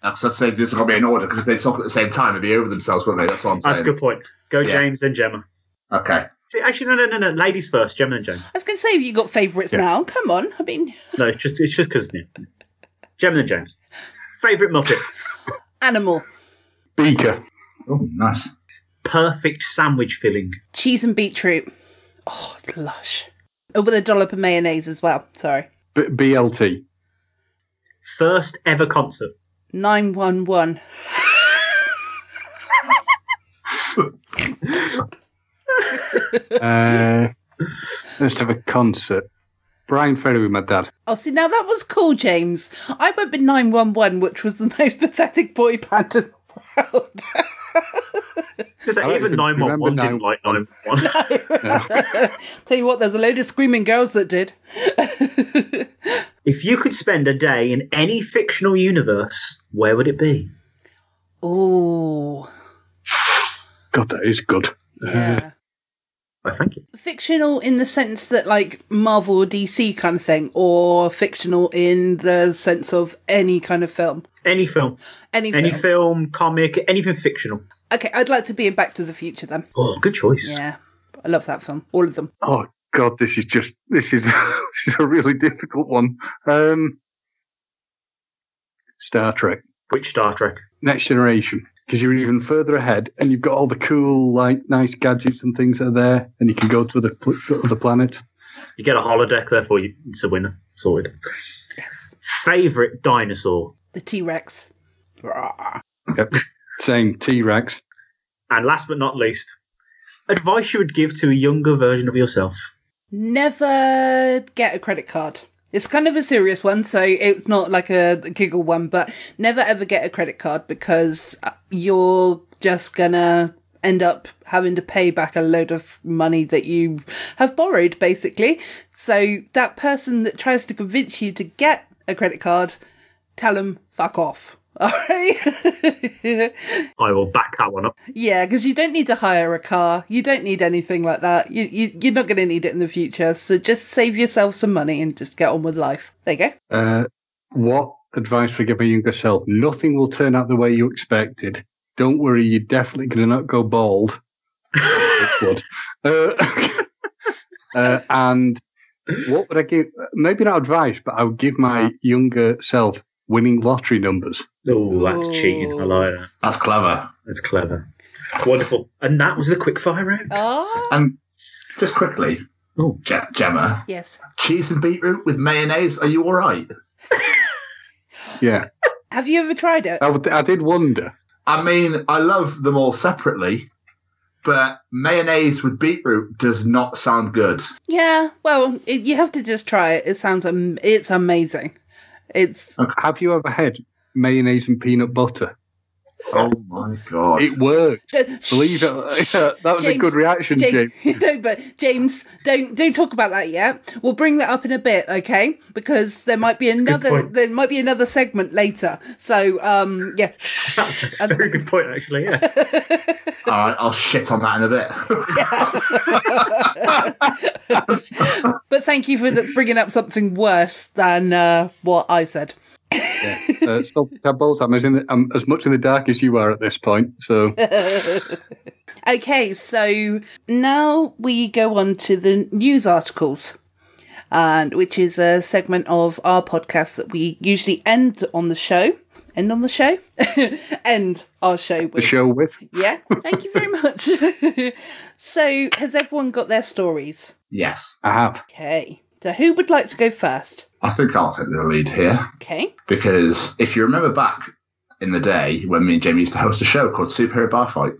That's what I'm saying. This is going to be in order because if they talk at the same time, it'd be over themselves, wouldn't they? That's what I'm saying.
That's a good point. Go
Yeah.
James, then Gemma.
Okay.
Actually, no, no, no, no. Ladies first. Gemma and James.
I was going to say, have you got favourites
Yeah.
now? Come on. I mean,
No, it's just it's just because yeah. Gemma and James. Favorite Muppet.
animal,
Beaker.
Oh, nice.
Perfect sandwich filling.
cheese and beetroot. Oh, it's lush. Oh, with a dollop of mayonnaise as well. Sorry.
B- BLT.
First ever concert.
911.
Uh, let's have a concert. Brian Ferry with my dad.
Oh, see, now that was cool, James. I went with 911, which was the most pathetic boy band in the world.
Because even 911 didn't like 911.
Tell you what, there's a load of screaming girls that did.
If you could spend a day in any fictional universe, where would it be?
Oh,
God, that is good.
Yeah.
I thank you.
fictional in the sense that like Marvel or DC kind of thing, or fictional in the sense of any kind of film.
Any film.
Any
Any
film.
film, comic, anything fictional.
Okay, I'd like to be in Back to the Future then.
Oh, good choice.
Yeah, I love that film. All of them.
Oh God, this is just this is this is a really difficult one. Um, Star Trek,
Which Star Trek?
Next Generation, because you're even further ahead, and you've got all the cool, like, nice gadgets and things that are there, and you can go to the pl- other planet.
You get a holodeck, therefore you, it's a winner. Sorted. Favorite dinosaur?
The T Rex.
Yep. Same T Rex.
And last but not least, advice you would give to a younger version of yourself.
Never get a credit card. It's kind of a serious one, so it's not like a giggle one, but never ever get a credit card because uh, you're just gonna end up having to pay back a load of money that you have borrowed, basically. So that person that tries to convince you to get a credit card, tell them fuck off. All right?
I will back that one up.
Yeah, because you don't need to hire a car. You don't need anything like that. You, you, you're not going to need it in the future. So just save yourself some money and just get on with life. There you go.
Uh, what advice would you give a younger self? Nothing will turn out the way you expected. Don't worry, you're definitely going to not go bald. Touch wood. Uh, uh, and what would I give? Maybe not advice, but I would give my younger self winning lottery numbers.
Oh, that's cheating. I like that.
That's clever.
That's clever. Wonderful. And that was the quickfire round.
Oh,
And just quickly,
Oh.
Je- Gemma,
yes.
cheese and beetroot with mayonnaise. Are you all right?
Yeah,
Have you ever tried it?
I, would, I did wonder.
I mean, I love them all separately, but mayonnaise with beetroot does not sound good.
Yeah. Well, it, you have to just try it. It sounds, um, it's amazing. It's,
Have you ever had mayonnaise and peanut butter?
Oh my god!
It worked. Believe it. that was a
James,
good reaction,
James,
James.
no, but James, don't don't talk about that yet. We'll bring that up in a bit, okay? Because there might be another
point.
there might be another segment later. So um, yeah,
That's a very good point, actually. Yeah.
all right, I'll shit on that in a bit.
But thank you for the, bringing up something worse than uh, what I said.
uh, stop tab balls. I'm as, in the, I'm as much in the dark as you are at this point. So
Okay, so now we go on to the news articles, and which is a segment of our podcast that we usually end on the show. End on the show. end our show
the
with.
show with
Yeah, thank you very much. so, has everyone got their stories?
yes,
I have.
Okay. So, who would like to go first?
I think I'll take the lead here
Okay.
because if you remember back in the day when me and Jamie used to host a show called Superhero Bar Fight.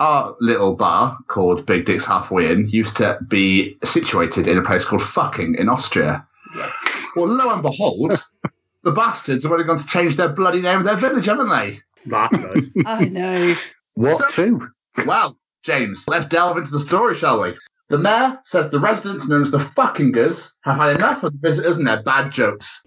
Our little bar called Big Dick's Halfway In used to be situated in a place called Fucking in Austria.
Yes.
Well, lo and behold, the bastards have already gone to change their bloody name of their village, haven't they?
That nice.
I know.
What two?
Well, James, let's delve into the story, shall we? The mayor says the residents known as the fuckingers have had enough of the visitors and their bad jokes.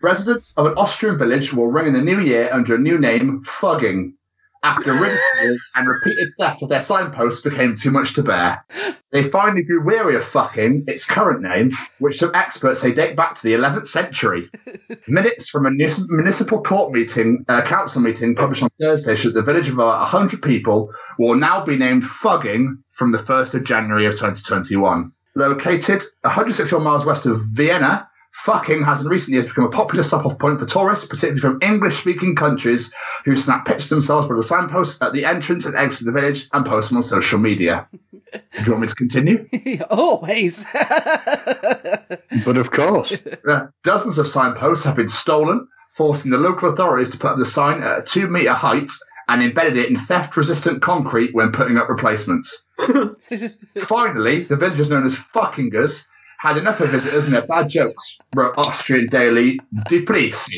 Residents of an Austrian village will ring in the new year under a new name, Fugging, after ridicule and repeated theft of their signposts became too much to bear. They finally grew weary of fucking, its current name, which some experts say date back to the 11th century. Minutes from a nis- municipal court meeting, uh, council meeting published on Thursday showed the village of about 100 people will now be named Fugging from the 1st of January of 2021. Located 161 miles west of Vienna, Fucking has in recent years become a popular stop-off point for tourists, particularly from English-speaking countries, who snap pictures themselves by the signposts at the entrance and exit of the village and post them on social media. Do you want me to continue?
Always.
But of course,
Uh, dozens of signposts have been stolen, forcing the local authorities to put up the sign at a two-metre height and embedded it in theft-resistant concrete when putting up replacements. Finally, the villagers known as Fuckingers had enough of visitors and their bad jokes, wrote Austrian daily Die Presse.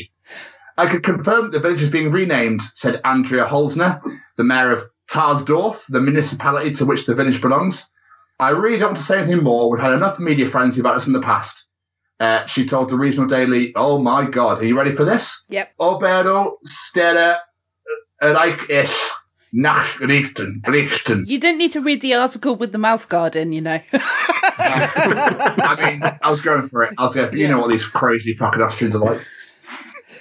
I could confirm that the village is being renamed, said Andrea Holzner, the mayor of Tarsdorf, the municipality to which the village belongs. I really don't want to say anything more. We've had enough media frenzy about us in the past. Uh, she told the regional daily, Oh my God, are you ready for this? uh,
Yep.
Oberdo Stelle Reich ist Nachrichten, Richten.
You didn't need to read the article with the mouth guard in, you know.
I mean, I was going for it. I was going, for, you know what these crazy fucking Austrians are like.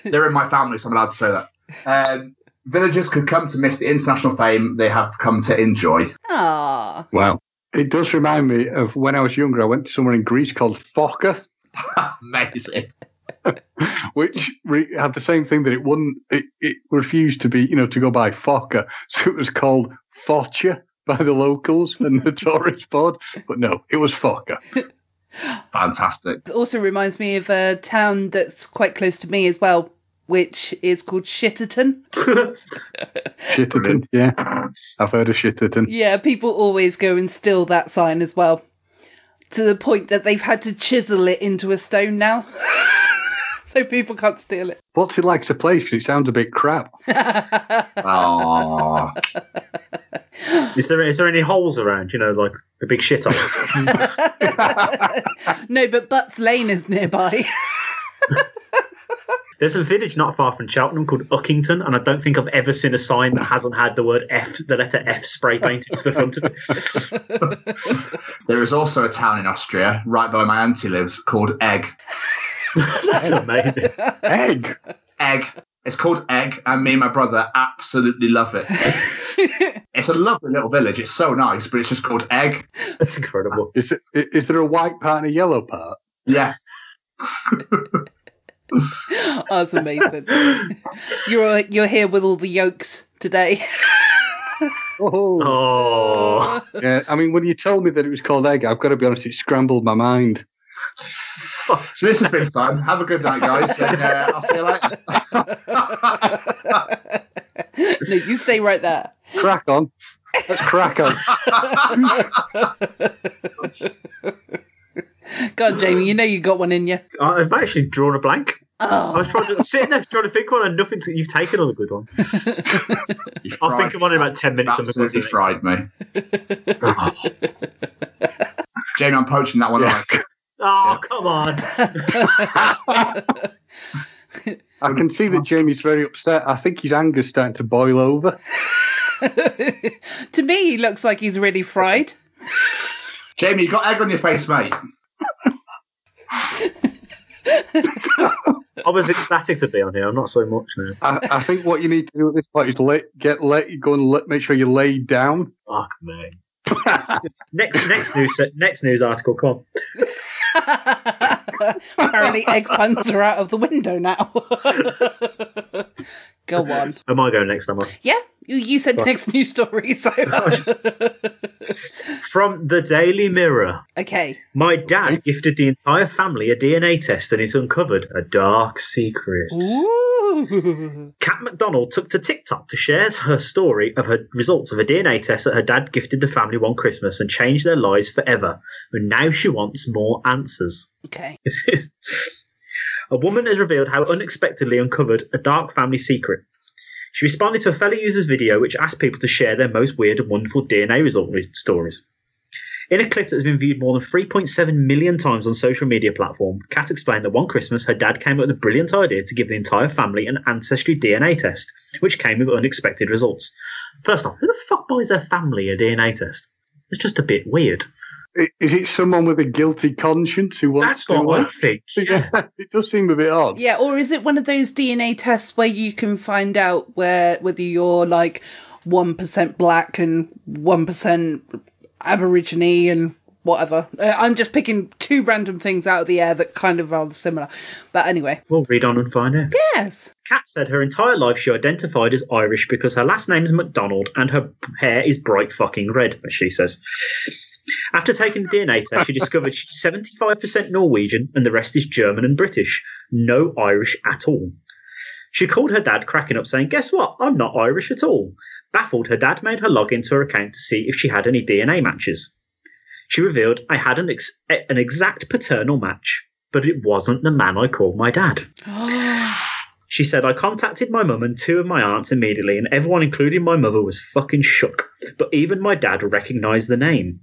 They're in my family, so I'm allowed to say that. Um, villagers could come to miss the international fame they have come to enjoy.
Ah.
Wow. It does remind me of when I was younger, I went to somewhere in Greece called Fokker,
Amazing.
which re- had the same thing that it wouldn't, it, it refused to be, you know, to go by Fokker. So it was called Fortia by the locals and the tourist board. But no, it was Fokker.
Fantastic.
It also reminds me of a town that's quite close to me as well, which is called Shitterton.
Shitterton, yeah. I've heard of Shitterton.
Yeah, people always go and steal that sign as well. To the point that they've had to chisel it into a stone now. so people can't steal it.
What's it like to play? Because it sounds a bit crap.
Aww.
Is there is there any holes around? You know, like a big shit hole.
No, but Butts Lane is nearby.
There's a village not far from Cheltenham called Uckington, and I don't think I've ever seen a sign that hasn't had the word F, the letter F, spray painted to the front of it.
There is also a town in Austria, right by where my auntie lives, called Egg.
That's amazing.
Egg.
Egg. It's called Egg, and me and my brother absolutely love it. it's a lovely little village. It's so nice, but it's just called Egg.
That's incredible.
Is, it, is there a white part and a yellow part?
Yeah.
Oh, That's amazing. you're you're here with all the yolks today.
Oh.
Oh,
Yeah, I mean, when you told me that it was called egg, I've got to be honest, it scrambled my mind.
So this has been fun. Have a good night, guys. And, uh, I'll see you later.
no, you stay right there.
Crack on. Let's crack on.
God, Jamie, you know you got one in you.
I- I've actually drawn a blank. I
Oh,
was trying to sitting there trying to think one, and nothing. To, you've taken on a good one.
You
I'll think
fried
of one in about ten minutes. I'm going
absolutely
to
fried me. Jamie, I'm poaching that one.
Yeah.
like-
Oh, come on!
I can see that Jamie's very upset. I think his anger's starting to boil over.
to me, he looks like he's really fried.
Jamie, you got egg on your face, mate.
I was ecstatic to be on here. I'm not so much now.
I, I think what you need to do at this point is let, get let go and let, make sure you lay down.
Fuck me. next, next news, se- next news article. Come on.
Apparently, egg puns are out of the window now. Go on.
Am I going next? Am I?
Yeah, you, you said next news story, so.
From the Daily Mirror.
okay.
My dad gifted the entire family a DNA test and it uncovered a dark secret.
Ooh.
Kat McDonald took to TikTok to share her story of her results of a DNA test that her dad gifted the family one Christmas and changed their lives forever. And now she wants more answers.
Okay.
a woman has revealed how unexpectedly uncovered a dark family secret. She responded to a fellow user's video which asked people to share their most weird and wonderful DNA result re- stories. In a clip that has been viewed more than 3.7 million times on social media platform, Kat explained that one Christmas her dad came up with a brilliant idea to give the entire family an ancestry DNA test, which came with unexpected results. First off, who the fuck buys their family a DNA test? It's just a bit weird.
I- Is it someone with a guilty conscience who wants
That's what I
to? uh,
think.
Yeah, it does seem a bit odd.
Yeah, or is it one of those DNA tests where you can find out where whether you're like one percent black and one percent Aborigine and whatever? Uh, I'm just picking two random things out of the air that kind of are similar. But anyway,
We'll read on and find out.
yes,
Kat said her entire life she identified as Irish because her last name is McDonald and her hair is bright fucking red, as she says. After taking the DNA test, she discovered she's 75% Norwegian and the rest is German and British. No Irish at all. She called her dad, cracking up, saying, Guess what? I'm not Irish at all. Baffled, her dad made her log into her account to see if she had any DNA matches. She revealed, I had an, ex- an exact paternal match, but it wasn't the man I called my dad. She said, I contacted my mum and two of my aunts immediately, and everyone, including my mother, was fucking shook. But even my dad recognised the name.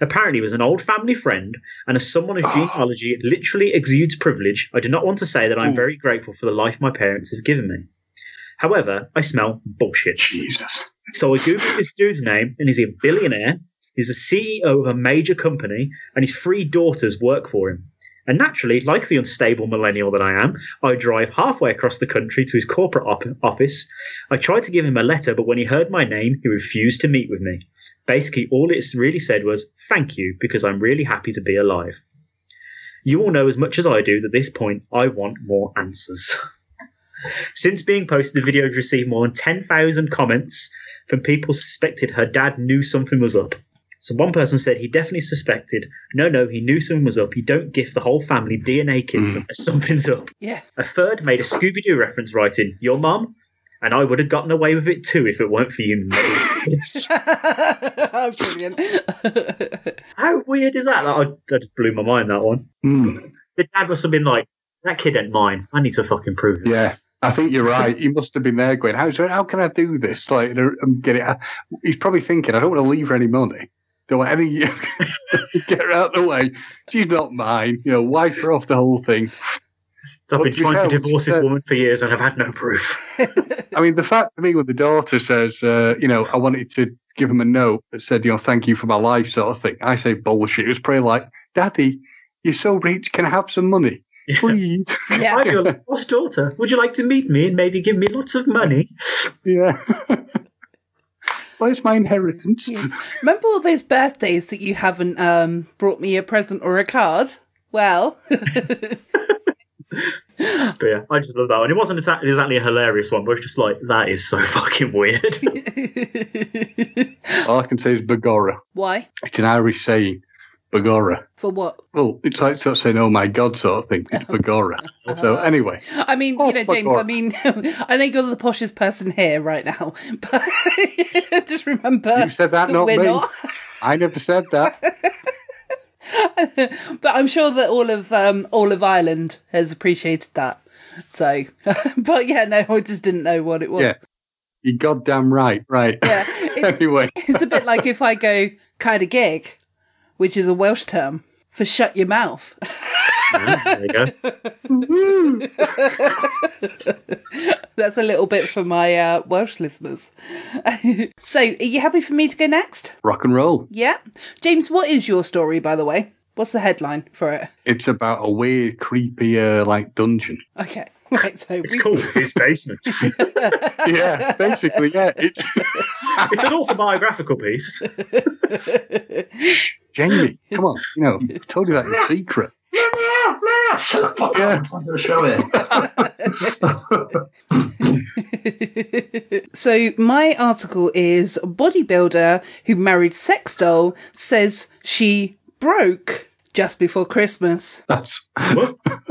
Apparently, it was an old family friend, and as someone of genealogy it literally exudes privilege, I do not want to say that I'm very grateful for the life my parents have given me. However, I smell bullshit. Jesus. So I googled this dude's name, and he's a billionaire. He's the CEO of a major company, and his three daughters work for him. And naturally, like the unstable millennial that I am, I drive halfway across the country to his corporate op- office. I tried to give him a letter, but when he heard my name, he refused to meet with me. Basically, all it really said was, Thank you, because I'm really happy to be alive. You all know as much as I do that at this point, I want more answers. Since being posted, the video has received more than 10,000 comments from people suspected her dad knew something was up. So one person said he definitely suspected. No, no, he knew something was up. You don't gift the whole family DNA kits unless something's up.
Yeah.
A third made a Scooby Doo reference, writing, Your mum? And I would have gotten away with it too if it weren't for you. mate." It's-
Brilliant.
How weird is that? Like, I, that just blew my mind, that one.
Hmm,
The dad must have been like, That kid ain't mine. I need to fucking prove it.
Yeah, I think you're right. You must have been there going, how, how can I do this? Like, I'm getting, he's probably thinking, I don't want to leave her any money. Don't want any, get her out of the way. She's not mine. You know, wipe her off the whole thing.
I've been trying to divorce this
woman.
woman for years and I've had no proof.
I mean, the fact to me when the daughter says, uh, you know, I wanted to give him a note that said, you know, thank you for my life, sort of thing. I say bullshit. It was probably like, Daddy, you're so rich. Can I have some money? Please.
I'm your lost daughter. Would you like to meet me and maybe give me lots of money?
Yeah. Where's my inheritance?
Remember all those birthdays that you haven't um, brought me a present or a card? Well,
But yeah, I just love that one. It wasn't exa- exactly a hilarious one, but it's just like, that is so fucking weird.
All I can say is Bagora.
why?
It's an Irish saying, Bagora.
For what?
Well, it's like sort of saying, oh my God, sort of thing. It's Bagora.
Uh-huh.
so, anyway.
I mean, you know,
fuck
James, I
off.
mean, I know you're the poshest person here right now, but just remember
You said that,
that
not
we're
me.
not.
I never said that.
But I'm sure that all of um, all of Ireland has appreciated that. So, but yeah, no, I just didn't know what it was.
Yeah. You're goddamn right. Right.
Yeah,
anyway.
It's a bit like if I go kind of gig, which is a Welsh term for shut your mouth.
there you go.
That's a little bit for my uh, Welsh listeners. so, are you happy for me to go next?
Rock and roll.
Yeah. James, what is your story, by the way? What's the headline for it?
It's about a weird, creepy, uh, like dungeon.
Okay. Right. So,
It's called His Basement.
yeah, basically, yeah. It's
It's an autobiographical piece.
Jamie. Come on, you know, I told you that in secret.
Shut the fuck up! I'm trying to do a show here.
so my article is bodybuilder who married sex doll says she broke just before Christmas.
That's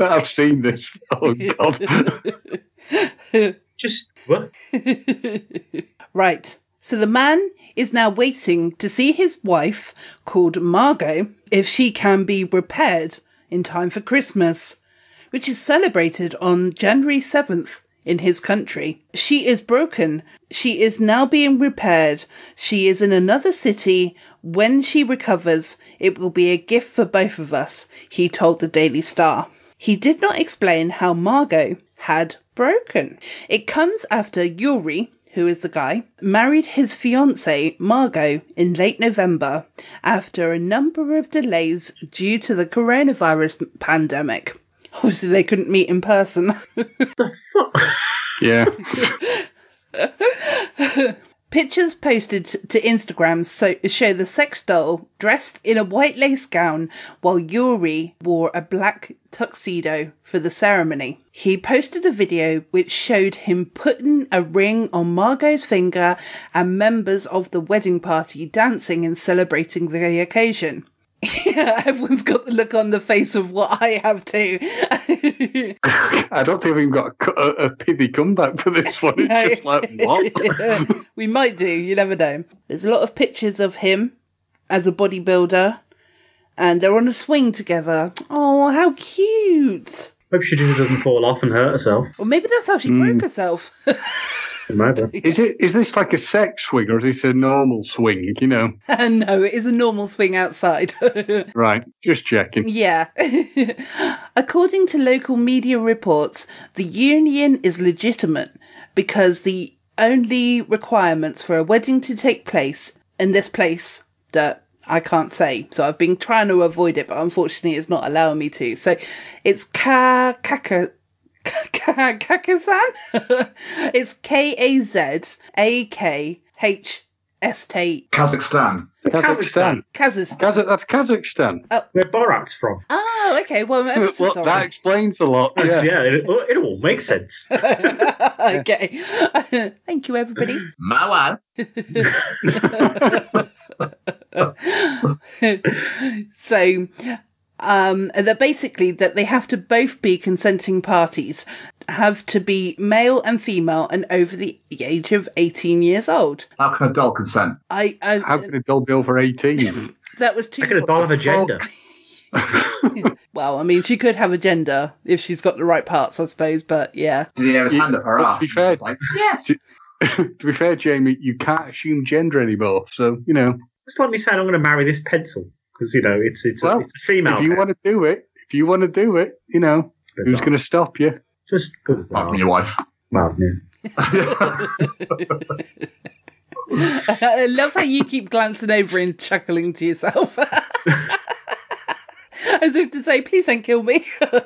I've seen this. Oh God.
Just what?
Right. So the man is now waiting to see his wife, called Margot, if she can be repaired in time for Christmas, which is celebrated on January 7th in his country. She is broken. She is now being repaired. She is in another city. When she recovers, it will be a gift for both of us, he told the Daily Star. He did not explain how Margot had broken. It comes after Yuri, who is the guy, married his fiancee Margot in late November after a number of delays due to the coronavirus m- pandemic. Obviously, they couldn't meet in person.
Yeah.
Pictures posted to Instagram so- show the sex doll dressed in a white lace gown while Yuri wore a black tuxedo for the ceremony. He posted a video which showed him putting a ring on Margot's finger and members of the wedding party dancing and celebrating the occasion. yeah, everyone's got the look on the face of what I have too.
I don't think we've got a, cu- a, a pithy comeback for this one. It's just like what?
we might do. You never know. There's a lot of pictures of him as a bodybuilder, and they're on a swing together. Oh, how cute!
Hope she just doesn't fall off and hurt herself.
Or maybe that's how she
Hmm.
broke herself.
Is it? Is this like a sex swing or is this a normal swing? You know,
no, it is a normal swing outside.
right? Just checking.
Yeah. According to local media reports, the union is legitimate because the only requirements for a wedding to take place in this place that I can't say, so I've been trying to avoid it, but unfortunately it's not allowing me to. So it's Ka Kaka. Kakazan? it's K A Z A K H S T.
Kazakhstan.
Kazakhstan.
Kazakhstan.
Kaz- that's Kazakhstan.
Where Borat's from.
Oh, okay. Well, I'm ever so
Well,
sorry.
that explains a lot.
Yeah,
Yeah.
it, it all makes sense.
okay. Thank you, everybody.
My wife.
so, um, that basically that they have to both be consenting parties, have to be male and female, and over the age of eighteen years old.
How can a doll consent?
I, I
How could a doll be over eighteen?
that was too.
I could have thought of a gender.
Well, I mean, she could have a gender if she's got the right parts, I suppose. But yeah,
Did he have his
Yeah,
hand up her
well, to
ass?
be fair-
She's like, yes.
to be fair, Jamie, you can't assume gender anymore. So you know,
It's like me saying I'm going to marry this pencil because you know it's it's
Well,
a, it's a female.
if you want to do it, if you want to do it, you know,
Bizarre.
who's going to stop you?
just
Apart
bizarre.
from your wife.
Well, yeah.
I love how you keep glancing over and chuckling to yourself. As if to say, please don't kill me.
I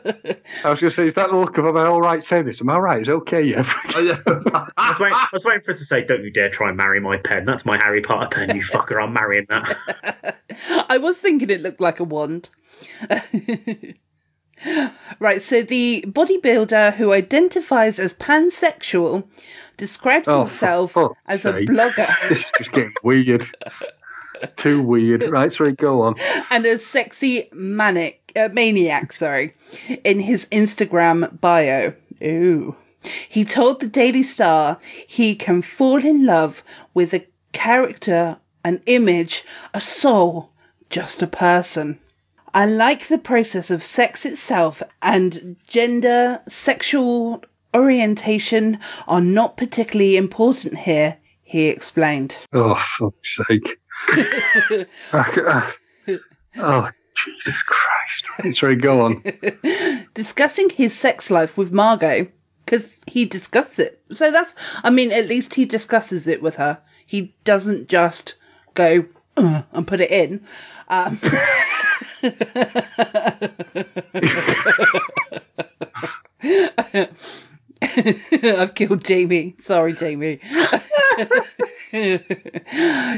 was going to say, is that the look of am I all right saying this? Am I all right? It's okay, yeah.
Oh, yeah.
Ah,
I was, waiting, I was waiting for it to say, "Don't you dare try and marry my pen. That's my Harry Potter pen. You fucker! I'm marrying that."
I was thinking it looked like a wand. right, so the bodybuilder who identifies as pansexual describes
Oh, for
himself
fuck's
as a
sake.
blogger
this is just getting weird. Too weird. Right, sorry, go on.
and a sexy manic uh, maniac, sorry, in his Instagram bio. Ooh. He told the Daily Star he can fall in love with a character, an image, a soul, just a person. I like the process of sex itself and gender, sexual orientation are not particularly important here, he explained.
Oh, fuck's sake. oh, Jesus Christ. Right, sorry, go on.
discussing his sex life with Margot because he discussed it. So that's, I mean, at least he discusses it with her. He doesn't just go "Ugh," and put it in. Um, I've killed Jamie. Sorry, Jamie.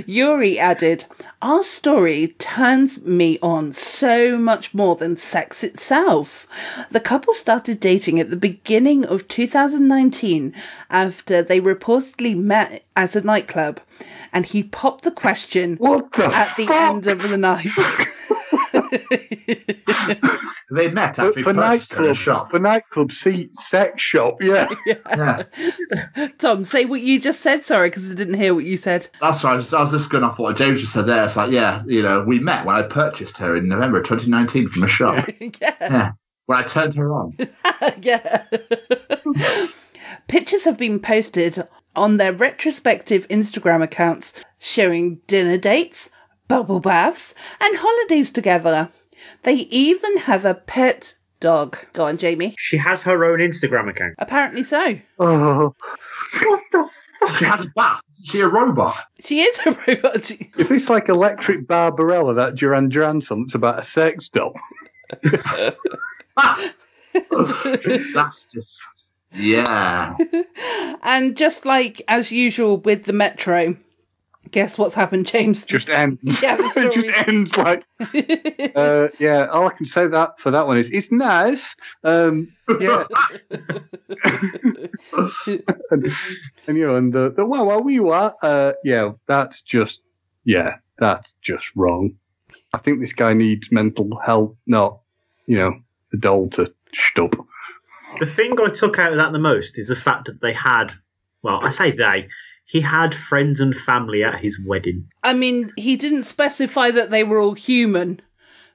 Yuri added, Our story turns me on so much more than sex itself. The couple started dating at the beginning of 2019 after they reportedly met at a nightclub, and he popped the question
What the
at the
fuck?
end of the night.
They met
For,
after he
for
purchased her in a
nightclub,
shop.
for nightclub, see sex shop, yeah.
Yeah.
Tom, say what you just said. Sorry, because I didn't hear what you said.
That's right. I was, I was just going off what James just said there. It's like, yeah, you know, we met when I purchased her in November 2019 from a shop.
yeah.
yeah. When I turned her on.
yeah. Pictures have been posted on their retrospective Instagram accounts showing dinner dates, bubble baths, and holidays together. They even have a pet dog. Go on, Jamie.
She has her own Instagram account.
Apparently so.
Oh,
What the?
She has a bath. Is she a robot?
She is a robot. She-
is this like Electric Barbarella, that Duran Duran song? It's about a sex doll.
That's just. Yeah.
and just like as usual with the metro, guess what's happened, James?
Just ends.
Yeah, the
it
story.
just ends like uh, yeah, all I can say that for that one is it's nice. Um, yeah, and, and you know, and the, the wow, wow, we were, uh, yeah, that's just, yeah, that's just wrong. I think this guy needs mental help, not you know, a doll to stop.
The thing I took out of that the most is the fact that they had. Well, I say they. He had friends and family at his wedding.
I mean, he didn't specify that they were all human.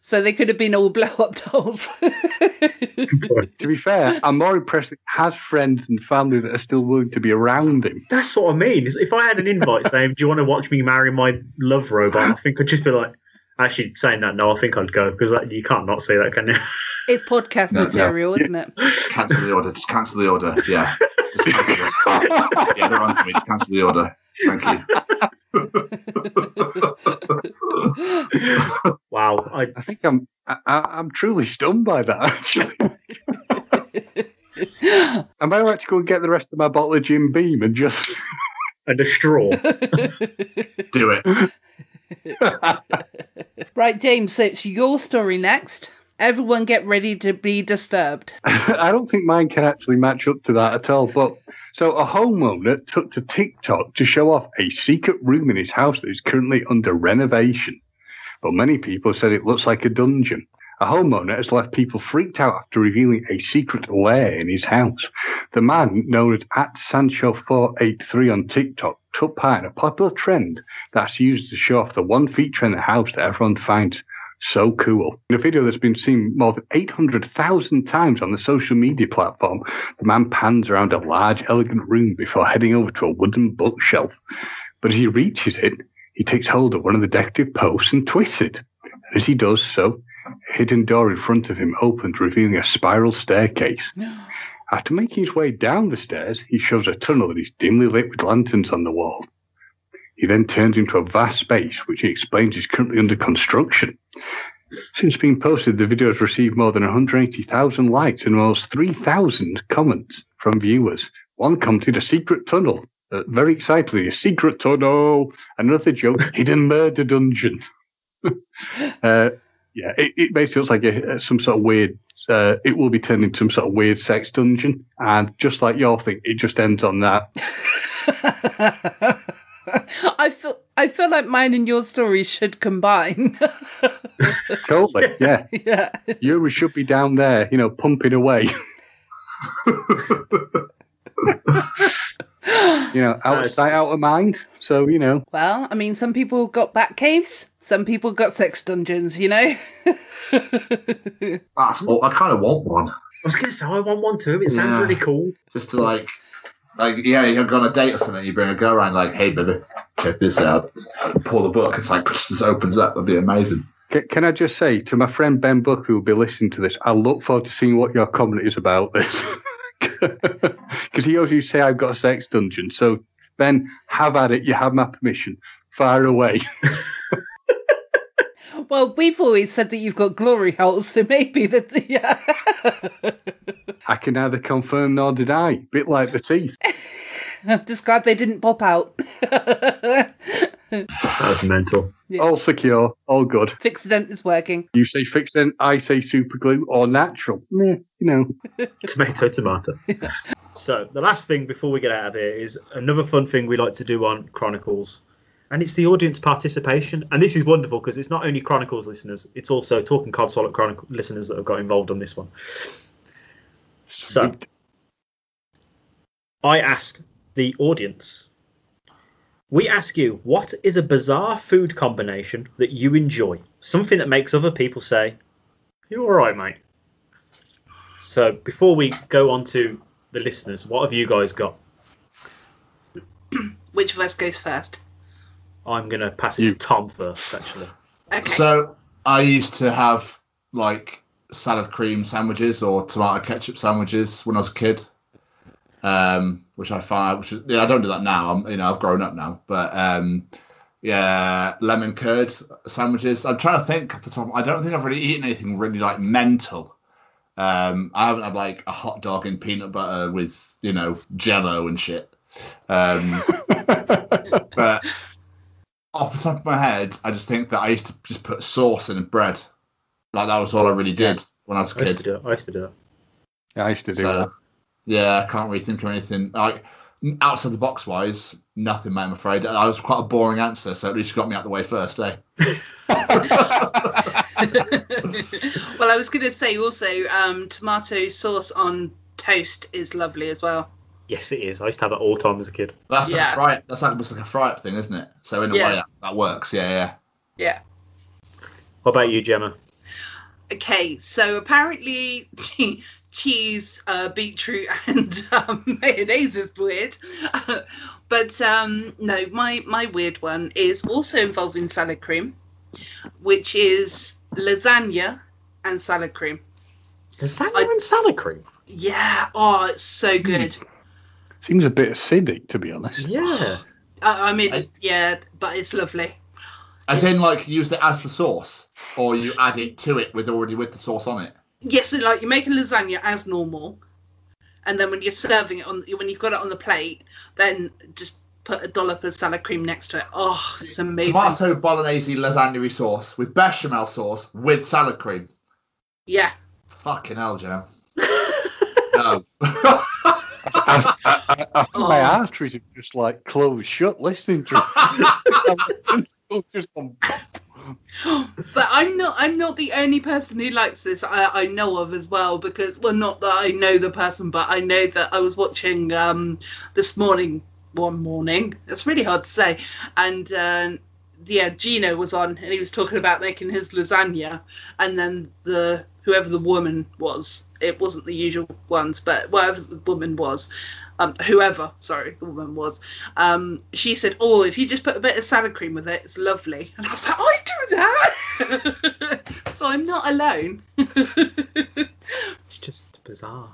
So they could have been all blow up dolls.
to be fair, I'm more impressed that he has friends and family that are still willing to be around him.
That's what I mean. is If I had an invite saying, "Do you want to watch me marry my love robot?" I think I'd just be like, actually saying that. No, I think I'd go because like, you can't not see that, can you?
it's podcast
No, no.
material, isn't it?
Cancel the order. Just cancel the order. Yeah. Just cancel it. yeah, they're on to me. Just cancel the order. Thank you.
wow, I,
I think I'm I, I- I'm truly stunned by that. Actually, am I allowed to go and get the rest of my bottle of Jim Beam and just
and a straw?
Do it.
Right, James, so it's your story next. Everyone get ready to be disturbed.
I don't think mine can actually match up to that at all. But so a homeowner took to TikTok to show off a secret room in his house that is currently under renovation. But many people said it looks like a dungeon. A homeowner has left people freaked out after revealing a secret lair in his house. The man, known as at Sancho483 on TikTok, took part in a popular trend that's used to show off the one feature in the house that everyone finds so cool. In a video that's been seen more than 800,000 times on the social media platform, the man pans around a large, elegant room before heading over to a wooden bookshelf. But as he reaches it, he takes hold of one of the decorative posts and twists it. And as he does so, a hidden door in front of him opens, revealing a spiral staircase. After making his way down the stairs, he shows a tunnel that is dimly lit with lanterns on the wall. He then turns into a vast space, which he explains is currently under construction. Since being posted, the video has received more than 180,000 likes and almost 3,000 comments from viewers. One commented a secret tunnel. Uh, very excitedly, a secret tunnel. Another joke, hidden murder dungeon. uh, yeah, it, it basically looks like a, a- some sort of weird. Uh, it will be turned into some sort of weird sex dungeon, and just like your thing, it just ends on that.
I feel I feel like mine and your story should combine.
totally, yeah.
yeah.
Yuri should be down there, you know, pumping away. you know, out of sight, out of mind. So, you know,
Well, I mean some people got bat caves, some people got sex dungeons, you know?
That's all. I kind of want one.
I was going to say I want one too. It sounds
Yeah.
really cool.
Just to like, like yeah, you go on a date or something. You bring a girl around, like, hey, baby, check this out. Pull the book. It's like this opens up. That'd be amazing.
c- can I just say to my friend Ben Buck, who will be listening to this, I look forward to seeing what your comment is about this. Because he always used to say, I've got a sex dungeon. So, Ben, have at it. You have my permission. Fire away.
well, we've always said that you've got glory holes, so maybe that yeah.
I can neither confirm nor deny. Bit like the teeth.
I'm just glad they didn't pop out.
That was mental.
All secure. All good.
Fixident is working.
You say fixed in, I say super glue or natural. Meh, you know.
tomato, tomato. so the last thing before we get out of here is another fun thing we like to do on Chronicles, and it's the audience participation. And this is wonderful because it's not only Chronicles listeners; it's also Talking Cod Swallow Chronicle listeners that have got involved on this one. So I asked the audience. We ask you, what is a bizarre food combination that you enjoy? Something that makes other people say, You're all right, mate. So before we go on to the listeners, what have you guys got?
Which of us goes first?
I'm going to pass it to Tom first, actually.
Okay.
So I used to have like salad cream sandwiches or tomato ketchup sandwiches when I was a kid, um, which I find which is, yeah I don't do that now. I'm you know I've grown up now, but um, yeah, lemon curd sandwiches. I'm trying to think off the top. I don't think I've really eaten anything really like mental. Um, I haven't had like a hot dog in peanut butter with you know Jello and shit. Um, but off the top of my head, I just think that I used to just put sauce in bread. Like that was all I really did when I was a
I used
kid.
to do it. I used to do it.
Yeah, I used to do
So-
that.
Yeah, I can't really think of anything like n- outside the box wise. Nothing, mate. I'm afraid that was quite a boring answer, so at least you got me out the way first, eh?
well, I was going to say also, um, tomato sauce on toast is lovely as well.
Yes, it is. I used to have it all the time as a kid.
That's like
Yeah.
a fry. That's like almost like a fry up thing, isn't it? So in a
Yeah.
way, that, that works. Yeah, yeah.
Yeah.
What about you, Gemma?
Okay, so apparently cheese, uh, beetroot, and um, mayonnaise is weird. but um, no, my my weird one is also involving salad cream, which is lasagna and salad cream.
Lasagna and salad cream.
Yeah, oh, it's so good.
Seems a bit acidic, to be honest.
Yeah.
I, I mean, yeah, but it's lovely.
As in, like, use it as the sauce, or you add it to it with already with the sauce on it.
Yes, so like you make a lasagna as normal, and then when you're serving it on when you've got it on the plate, then just put a dollop of salad cream next to it. Oh, it's amazing.
Tomato bolognese lasagna sauce with bechamel sauce with salad cream.
Yeah.
Fucking hell, Jam. no.
I, I, I, I think my
Oh.
arteries have just like closed shut listening to it. Just on-
but I'm not I'm not the only person who likes this I, I know of as well because well not that I know the person but I know that I was watching um this morning one morning it's really hard to say and uh, yeah Gino was on and he was talking about making his lasagna and then the whoever the woman was it wasn't the usual ones but whatever the woman was um, whoever, sorry, the woman was, um, she said, "Oh, if you just put a bit of salad cream with it, it's lovely." And I was like, "I do that," so I'm not alone.
It's just bizarre.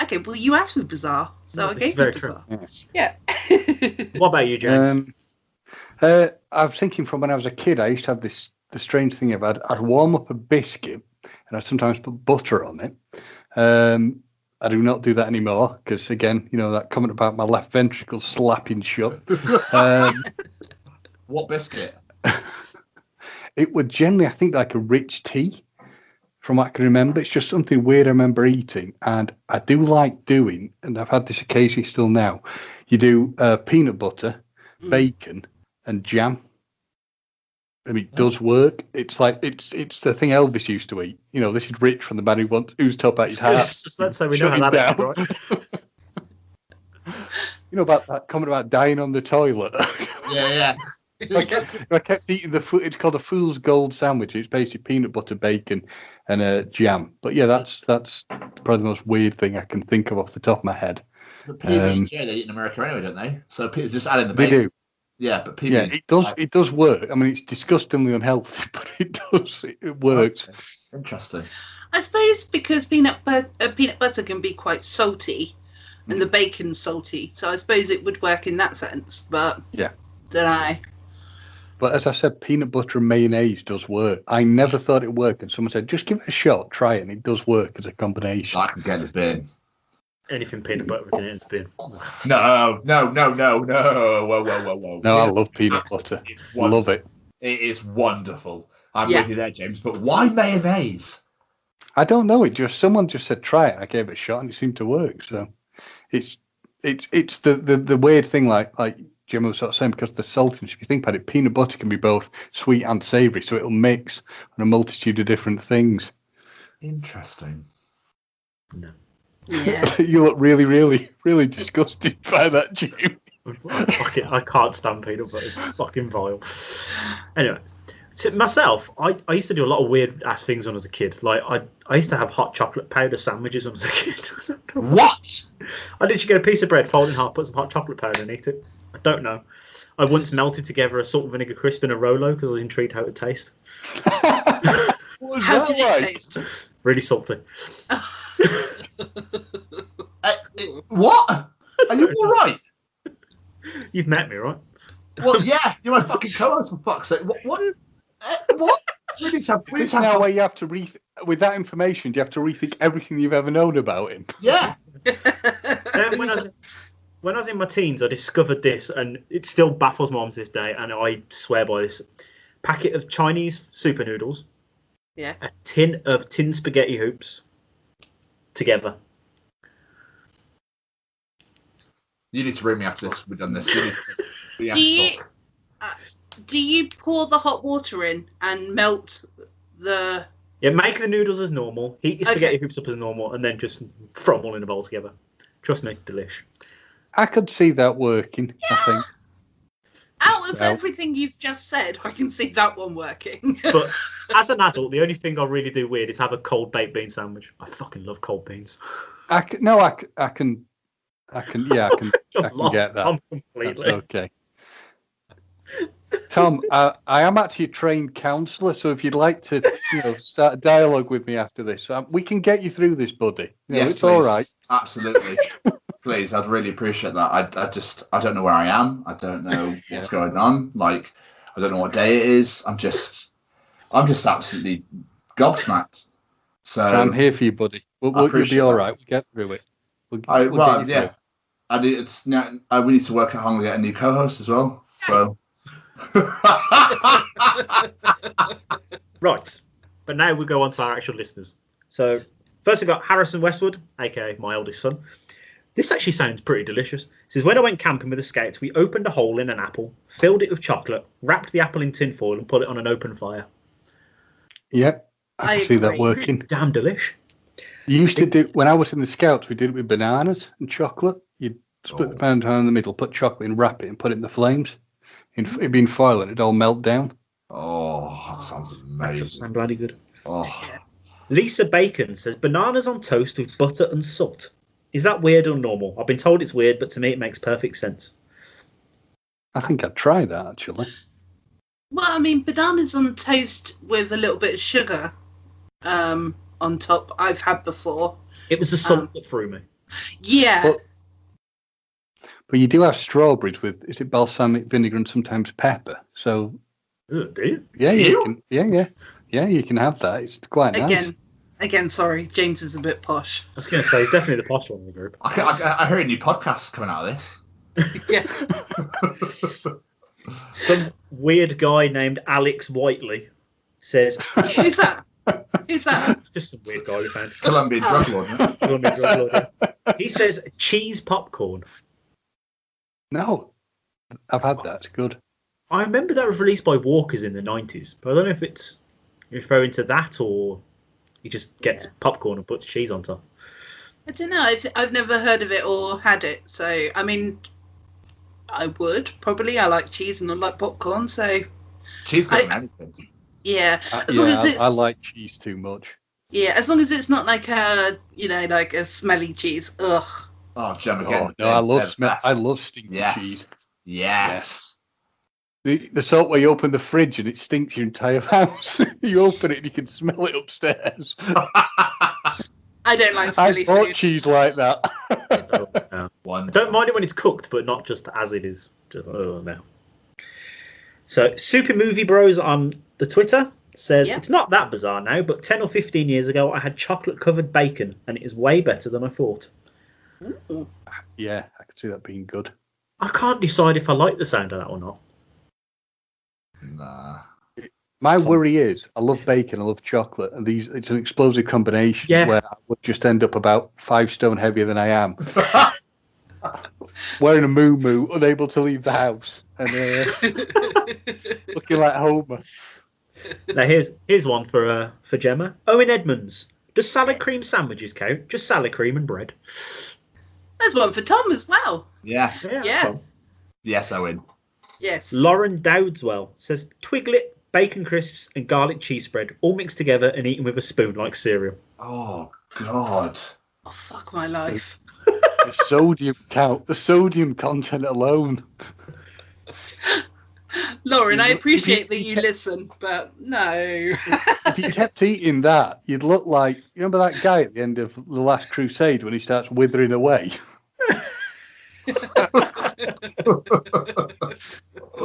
Okay, well, you asked for bizarre, so I
This is
gave you
very
bizarre.
true.
Yeah.
What about you, James?
Um, uh, I was thinking from when I was a kid, I used to have this the strange thing I've had. I'd warm up a biscuit and I'd sometimes put butter on it. Um, I do not do that anymore because, again, you know, that comment about my left ventricle slapping shut. um,
What biscuit?
it would generally, I think, like a rich tea from what I can remember. It's just something weird I remember eating. And I do like doing, and I've had this occasionally still now, you do uh, peanut butter, bacon, and jam. And it does work. It's like it's it's the thing Elvis used to eat. You know, this is rich from the man who wants who's top out his hat.
Just- Let's say we know
Shut
how
it
that
down.
is, right?
You know about that comment about dying on the toilet.
Yeah, yeah.
Okay. I kept eating the food. It's called a fool's gold sandwich. It's basically peanut butter, bacon, and uh, jam. But yeah, that's that's probably the most weird thing I can think of off the top of my head.
The PB&J they eat in America anyway, don't they? So people just add in the
Um, They
bacon.
do.
Yeah, but PB.
Yeah, it does. It does work. I mean, it's disgustingly unhealthy, but it does. It, it works.
Interesting.
I suppose because peanut butter, uh, peanut butter can be quite salty, and the
Mm.
bacon's salty, so I suppose it would work in that sense. But
Yeah.
don't know.
But as I said, peanut butter and mayonnaise does work. I never thought it worked, and someone said, "Just give it a shot, try it," and it does work as a combination.
I can get in the bin.
Anything peanut butter within it has been.
No, Oh, no, no, no, no. Whoa, whoa, whoa, whoa.
No, I
Peanut
love peanut
absolutely
butter.
is wonderful.
Love it.
It is wonderful. I'm
Yeah.
with you there, James. But why mayonnaise?
I don't know. It just someone just said try it. and I gave it a shot, and it seemed to work. So it's it's it's the the, the weird thing, like like Jim was sort of saying, because the saltiness. If you think about it, peanut butter can be both sweet and savoury, so it'll mix on a multitude of different things.
Interesting.
Yeah.
you look really, really, really disgusted by that, Jim.
Fuck it, I can't stand peanut butter. It's fucking vile. Anyway, so myself, I, I used to do a lot of weird ass things when I was a kid. Like I, I used to have hot chocolate powder sandwiches when I was a kid.
What?
I literally get a piece of bread, fold it in half, put some hot chocolate powder and eat it. I don't know. I once melted together a salt and vinegar crisp in a Rolo because I was intrigued how it would taste.
What was
How
that
did
like?
it taste?
Really salty.
Uh, it- what? Are you all right?
You've met me, right?
Well, yeah. You're my fucking co-host for fuck's sake. What? What? Uh, what? We need to have. We need
It's
to have
now where you have to re with that information. Do you have to rethink everything you've ever known about him?
yeah.
Then Um, when, I was, when I was in my teens, I discovered this, and it still baffles moms this day, and I swear by this. Packet of Chinese super noodles.
Yeah.
A tin of tin spaghetti hoops together.
You need to ring me after this. We've done this. You need to- we have
Do
to
you-
talk.
Do you pour the hot water in and melt the?
Yeah, make the noodles as normal, heat your
Okay.
spaghetti hoops up as normal, and then just throw them all in a bowl together. Trust me, delish.
I could see that working. I think.
Out of
So-
everything you've just said, I can see that one working.
But as an adult, the only thing I really do weird is have a cold baked bean sandwich. I fucking love cold beans.
I can, no, I, c- I can, I can, yeah, I can, I
I've
can
lost
get that.
Tom completely.
That's okay. Tom, I, I am actually a trained counsellor, so if you'd like to, you know, start a dialogue with me after this, um, we can get you through this, buddy. You know,
Yes,
it's all
please.
right.
Absolutely. please, I'd really appreciate that. I, I just, I don't know where I am. I don't know what's going on. Like, I don't know what day it is. I'm just, I'm just absolutely gobsmacked. So
I'm here for you, buddy. We'll,
Um, I
we'll, you'll be
appreciate
all
that.
right. We'll get through it. We'll,
I,
we'll
well,
get you
yeah. I need, it's now, I, we need to work at home and get a new co-host as well. So
Right. But now we go on to our actual listeners. So, first I've got Harrison Westwood, aka my oldest son. This actually sounds pretty delicious. It says, When I went camping with the scouts, we opened a hole in an apple, filled it with chocolate, wrapped the apple in tinfoil, and put it on an open fire.
through. Yep, I,
I
can see that
agree.
working.
Damn delish.
You used to do when I was in the scouts. We did it with bananas and chocolate. You'd split
Oh.
the banana down in the middle, put chocolate and wrap it, and put it in the flames. In- It'd been foil and it'd all melt down.
Oh, that sounds amazing.
That does sound bloody good.
Oh.
Lisa Bacon says bananas on toast with butter and salt. Is that weird or normal? I've been told it's weird, but to me it makes perfect sense.
I think I'd try that actually.
well, I mean, bananas on toast with a little bit of sugar um, on top, I've had before.
It was the salt that threw me.
Yeah.
But, but you do have strawberries with is it balsamic vinegar and sometimes pepper. So
Oh, do you?
yeah,
Do
you
you?
can, yeah, yeah, yeah, you can have that. It's quite nice.
Again, again, sorry, James is a bit posh.
I was going to say, he's definitely the posh one in the group.
I, I, I heard a new podcast coming out of this.
Some weird guy named Alex Whiteley says
Who's that? Who's that?
just some weird guy we found.
Colombian drug lord. isn't it?
Colombian drug lord, yeah. He says cheese popcorn.
No, I've had that. It's good.
I remember that was released by Walkers in the nineties, but I don't know if it's referring to that or he just gets popcorn and puts cheese on top.
I don't know. I've I've never heard of it or had it. So I mean, I would probably. I like cheese and I like popcorn. So
Cheese
I-
goes on everything.
yeah,
I,
as long
yeah,
as
I-
it's
I like cheese too much.
yeah, as long as it's not like a you know like a smelly cheese. Ugh.
Oh, Gemma,
Oh,
again.
no, I love
They're
smell.
best.
I love stinky
Yes.
cheese.
Yes.
The, the salt where you open the fridge and it stinks your entire house. you open it and you can smell it upstairs.
I don't like
I
smelly
bought
food.
cheese like that.
Oh, no. I
One.
don't mind it when it's cooked, but not just as it is. Just, oh no. So Super Movie Bros on the Twitter says
Yeah.
it's not that bizarre now, but ten or fifteen years ago I had chocolate covered bacon and it is way better than I thought.
yeah, I could see that being good.
I can't decide if I like the sound of that or not.
Nah.
My worry is, I love bacon, I love chocolate, and these it's an explosive combination
Yeah.
where I would just end up about five stone heavier than I am, wearing a moo moo, unable to leave the house, and uh, looking like Homer.
Now here's here's one for uh, for Gemma. Owen Edmonds. Does salad cream sandwiches count? Just salad cream and bread.
There's one for Tom as well.
Yeah.
that's
Yeah.
fun.
Yes, Owen.
Yes.
Lauren Dowdswell says twiglet, bacon crisps, and garlic cheese spread all mixed together and eaten with a spoon like cereal.
Oh, God.
oh fuck my life.
The sodium count, the sodium content alone.
Lauren, I
You-
appreciate that you listen, but no.
if you kept eating that, you'd look like you remember that guy at the end of the Last Crusade when he starts withering away.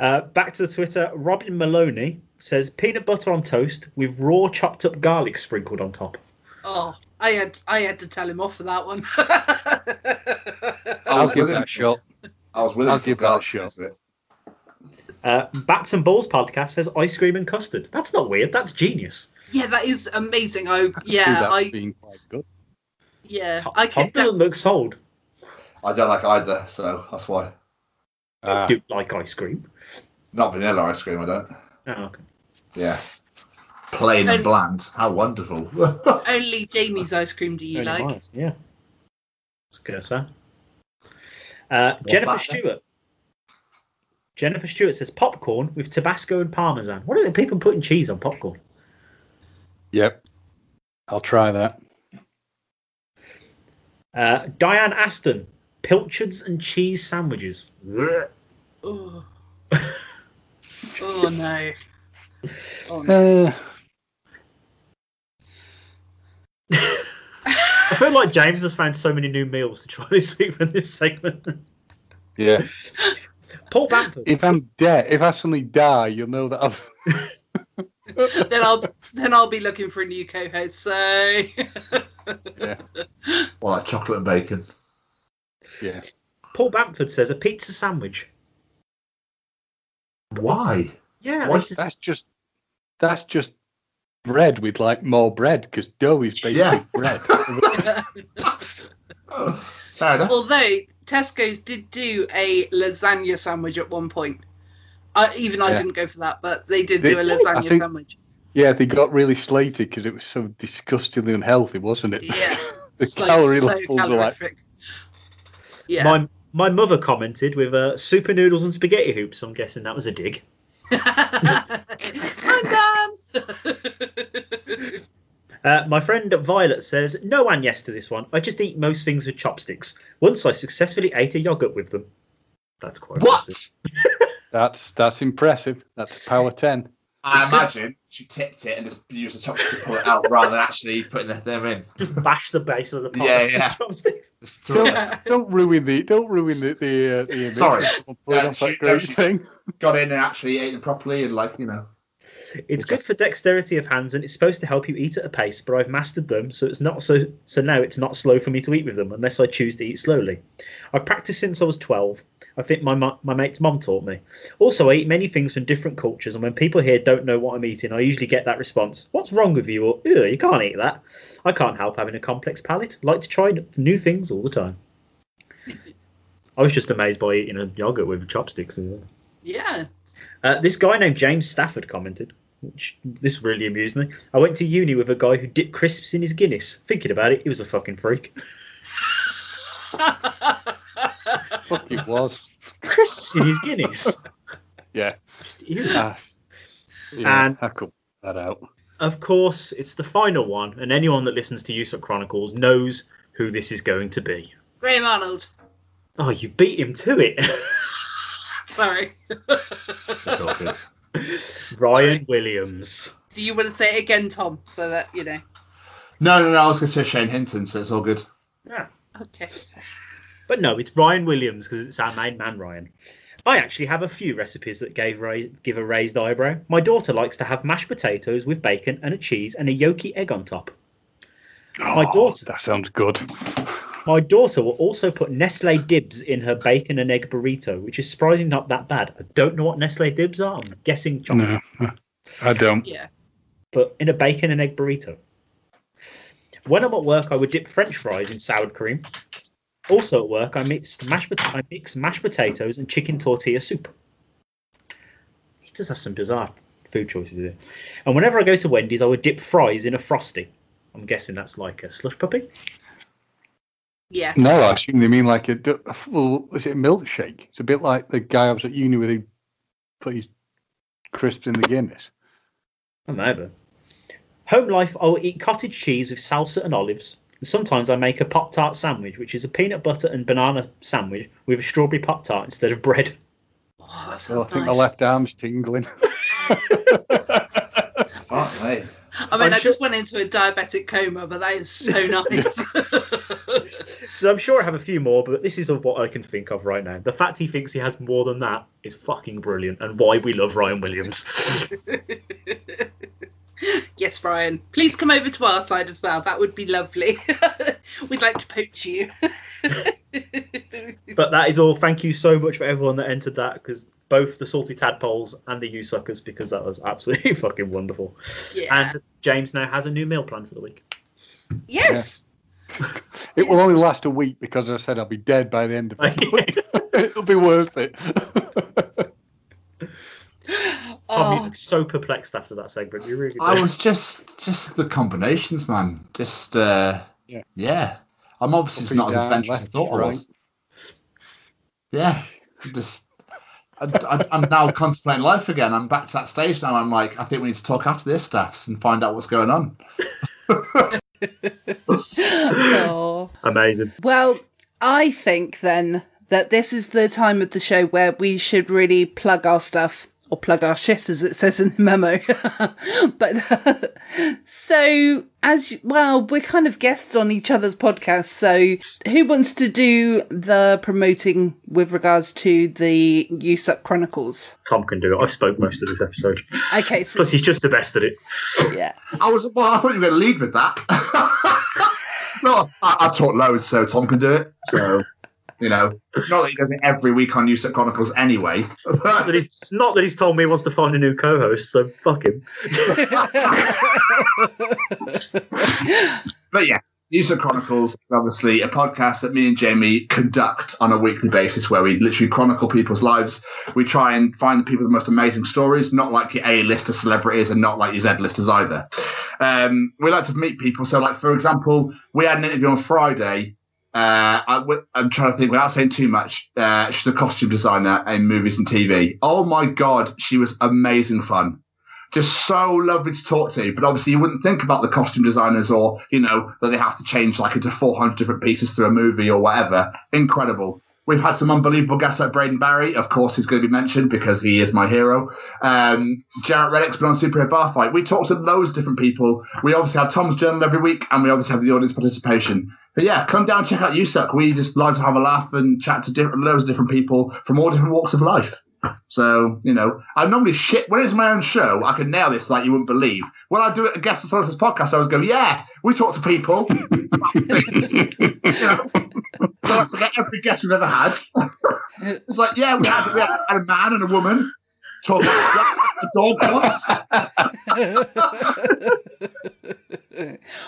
Uh, back to the Twitter. Robin Maloney says peanut butter on toast with raw chopped up garlic sprinkled on top.
Oh, I had I had to tell him off for that one.
I
I'll
was
give
with him.
that a shot.
I was with
I'll
him till
give that a
dark,
shot.
isn't it?
Uh, Bats and Balls podcast says ice cream and custard. That's not weird. That's genius.
yeah, that is amazing. I
See
yeah,
that
I
being quite good.
yeah,
Tom,
I
Tom
could
doesn't look sold.
I don't like either, so that's why.
I
Uh,
do like ice cream.
Not vanilla ice cream, I don't.
Oh, okay.
Yeah. Plain and
And-
bland. How wonderful.
Only Jamie's ice cream do you
Only
like?
mine, Yeah. That's good, sir. Uh,
that
Jennifer
then?
Stewart Jennifer Stewart says popcorn with Tabasco and Parmesan. What are the people putting cheese on popcorn?
Yep. I'll try that.
Uh, Diane Aston, pilchards and cheese sandwiches. Blech.
Oh. oh no. Oh no.
Uh,
I feel like James has found so many new meals to try this week for this segment.
yeah.
Paul Bamford.
If I'm dead, if I suddenly die, you'll know that I've.
then I'll then I'll be looking for a new co-host. So
Yeah.
Well, like chocolate and bacon.
Yeah.
Paul Bamford says a pizza sandwich.
Why?
Yeah,
Why-
that's just-
That's just. That's just bread with like more bread because dough is basically
Yeah.
bread.
Fair enough.
although Tesco's did do a lasagna sandwich at one point. I, even I
Yeah.
didn't go for that, but they did
They-
do a lasagna
I think-
sandwich.
Yeah, they got really slated because it was so disgustingly unhealthy, wasn't it?
Yeah,
the
it's like
calorie
so
levels were like
calorific. Yeah,
my my mother commented with uh, super noodles and spaghetti hoops. I'm guessing that was a dig.
Hi, Mum.
Uh, my friend Violet says, No one yes to this one. I just eat most things with chopsticks. Once I successfully ate a yogurt with them. That's quite
What?
impressive.
that's that's impressive. That's power ten.
I imagine she tipped it and just used the chopstick to pull it out rather than actually putting the- them in.
Just bash the base of the pot
Yeah,
with
yeah.
chopsticks.
Just threw it.
Don't ruin the don't ruin the the, uh, the image.
Sorry.
Don't put it off
Yeah,
that
she-
great
she-
thing.
Got in and actually ate them properly and like you know.
It's good for dexterity of hands and it's supposed to help you eat at a pace, but I've mastered them, so it's not so so now it's not slow for me to eat with them unless I choose to eat slowly. I've practiced since I was twelve. I think my mu- my mate's mum taught me. Also, I eat many things from different cultures, and when people here don't know what I'm eating, I usually get that response: "What's wrong with you?" or "Ew, you can't eat that." I can't help having a complex palate. Like to try n- new things all the time. I was just amazed by eating a yogurt with chopsticks. and-
yeah.
uh, this guy named James Stafford commented, which this really amused me. I went to uni with a guy who dipped crisps in his Guinness. Thinking about it, he was a fucking freak.
Fuck it was.
Crisps in his Guinness.
Yeah.
Just ew.
Ah, yeah,
And-
I could put that out.
Of course, it's the final one, and anyone that listens to Usoc Chronicles knows who this is going to be.
Graham Arnold.
Oh, you beat him to it.
Sorry.
It's all good.
Ryan Williams.
Do you want to say it again, Tom? So that you know.
No, no, no. I was going to say Shane Hinton, so it's all good.
Yeah.
Okay.
But no, it's Ryan Williams because it's our main man, Ryan. I actually have a few recipes that gave ra- give a raised eyebrow. My daughter likes to have mashed potatoes with bacon and a cheese and a yolky egg on top. My
Oh,
daughter-
That sounds good.
My daughter will also put Nestle dibs in her bacon and egg burrito, which is surprisingly not that bad. I don't know what Nestle dibs are. I'm guessing chocolate,
No, I don't.
Yeah.
but in a bacon and egg burrito. When I'm at work, I would dip French fries in sour cream. Also at work, I mixed mashed pot- I mix mashed potatoes and chicken tortilla soup. He does have some bizarre food choices here. And whenever I go to Wendy's, I would dip fries in a frosty. I'm guessing that's like a slush puppy.
Yeah.
No, I assume they mean like a. du- Well, is it a milkshake? It's a bit like the guy I was at uni with who put his crisps in the Guinness.
I don't know, but home life. I will eat cottage cheese with salsa and olives. And sometimes I make a pop tart sandwich, which is a peanut butter and banana sandwich with a strawberry pop tart instead of bread.
Oh, that
Well, I
sounds
think
nice.
my left arm's tingling.
Aren't they?
I mean,
I'm
i
sure-
just went into a diabetic coma, but that is so nice.
So I'm sure I have a few more, but this is of what I can think of right now. The fact he thinks he has more than that is fucking brilliant, and why we love Ryan Williams.
yes, Brian. Please come over to our side as well. That would be lovely. We'd like to poach you.
but that is all. Thank you so much for everyone that entered that, because both the salty tadpoles and the you suckers, because that was absolutely fucking wonderful.
Yeah.
And James now has a new meal plan for the week.
yes.
It will only last a week because I said I'll be dead by the end of it. It'll be worth it.
Tom, you
Oh,
look so perplexed after that segment. You really
I
do.
was just, just the combinations, man. Just, uh,
Yeah.
yeah. I'm obviously
Up and
not as
down,
adventurous as I
left,
thought I was. Yeah. Just, I, I, I'm now contemplating life again. I'm back to that stage now. I'm like, I think we need to talk after this, staffs, and find out what's going on.
Oh.
Amazing.
Well, I think then that this is the time of the show where we should really plug our stuff or plug our shit as it says in the memo. but so as you, well, we're kind of guests on each other's podcasts. So who wants to do the promoting with regards to the USUP Chronicles?
Tom can do it. I've spoke most of this episode.
Okay, so
Plus, he's just the best at it.
yeah.
I was well. I thought you were going to lead with that. no, I, I've taught loads, so Tom can do it. So you know, not that he does it every week on Usup Chronicles anyway.
Not that he's, it's not that he's told me he wants to find a new co-host, so fuck him.
But yeah, User Chronicles is obviously a podcast that me and Jamie conduct on a weekly basis where we literally chronicle people's lives. We try and find the people with the most amazing stories, not like your A-lister celebrities and not like your Z-listers either. Um, we like to meet people. So, like, for example, we had an interview on Friday. Uh, I w- I'm trying to think without saying too much. Uh, she's a costume designer in movies and TV. Oh my God, she was amazing fun just so lovely to talk to. But obviously, you wouldn't think about the costume designers or, you know, that they have to change like into 400 different pieces through a movie or whatever. Incredible. We've had some unbelievable guests like Braden Barry. Of course, he's going to be mentioned because he is my hero. Um, Jarrett Reddick's been on Superhero Bar Fight. We talk to loads of different people. We obviously have Tom's Journal every week and we obviously have the audience participation. But yeah, come down, check out USUC. We just like to have a laugh and chat to different, loads of different people from all different walks of life. So, you know, I normally shit. When it's my own show, I can nail this like you wouldn't believe. When I do it at Guest of Solace's podcast, I always go, yeah, we talk to people. about things." You know? so I forget every guest we've ever had. it's like, yeah, we had, we had a man and a woman talking about stuff, a dog once. But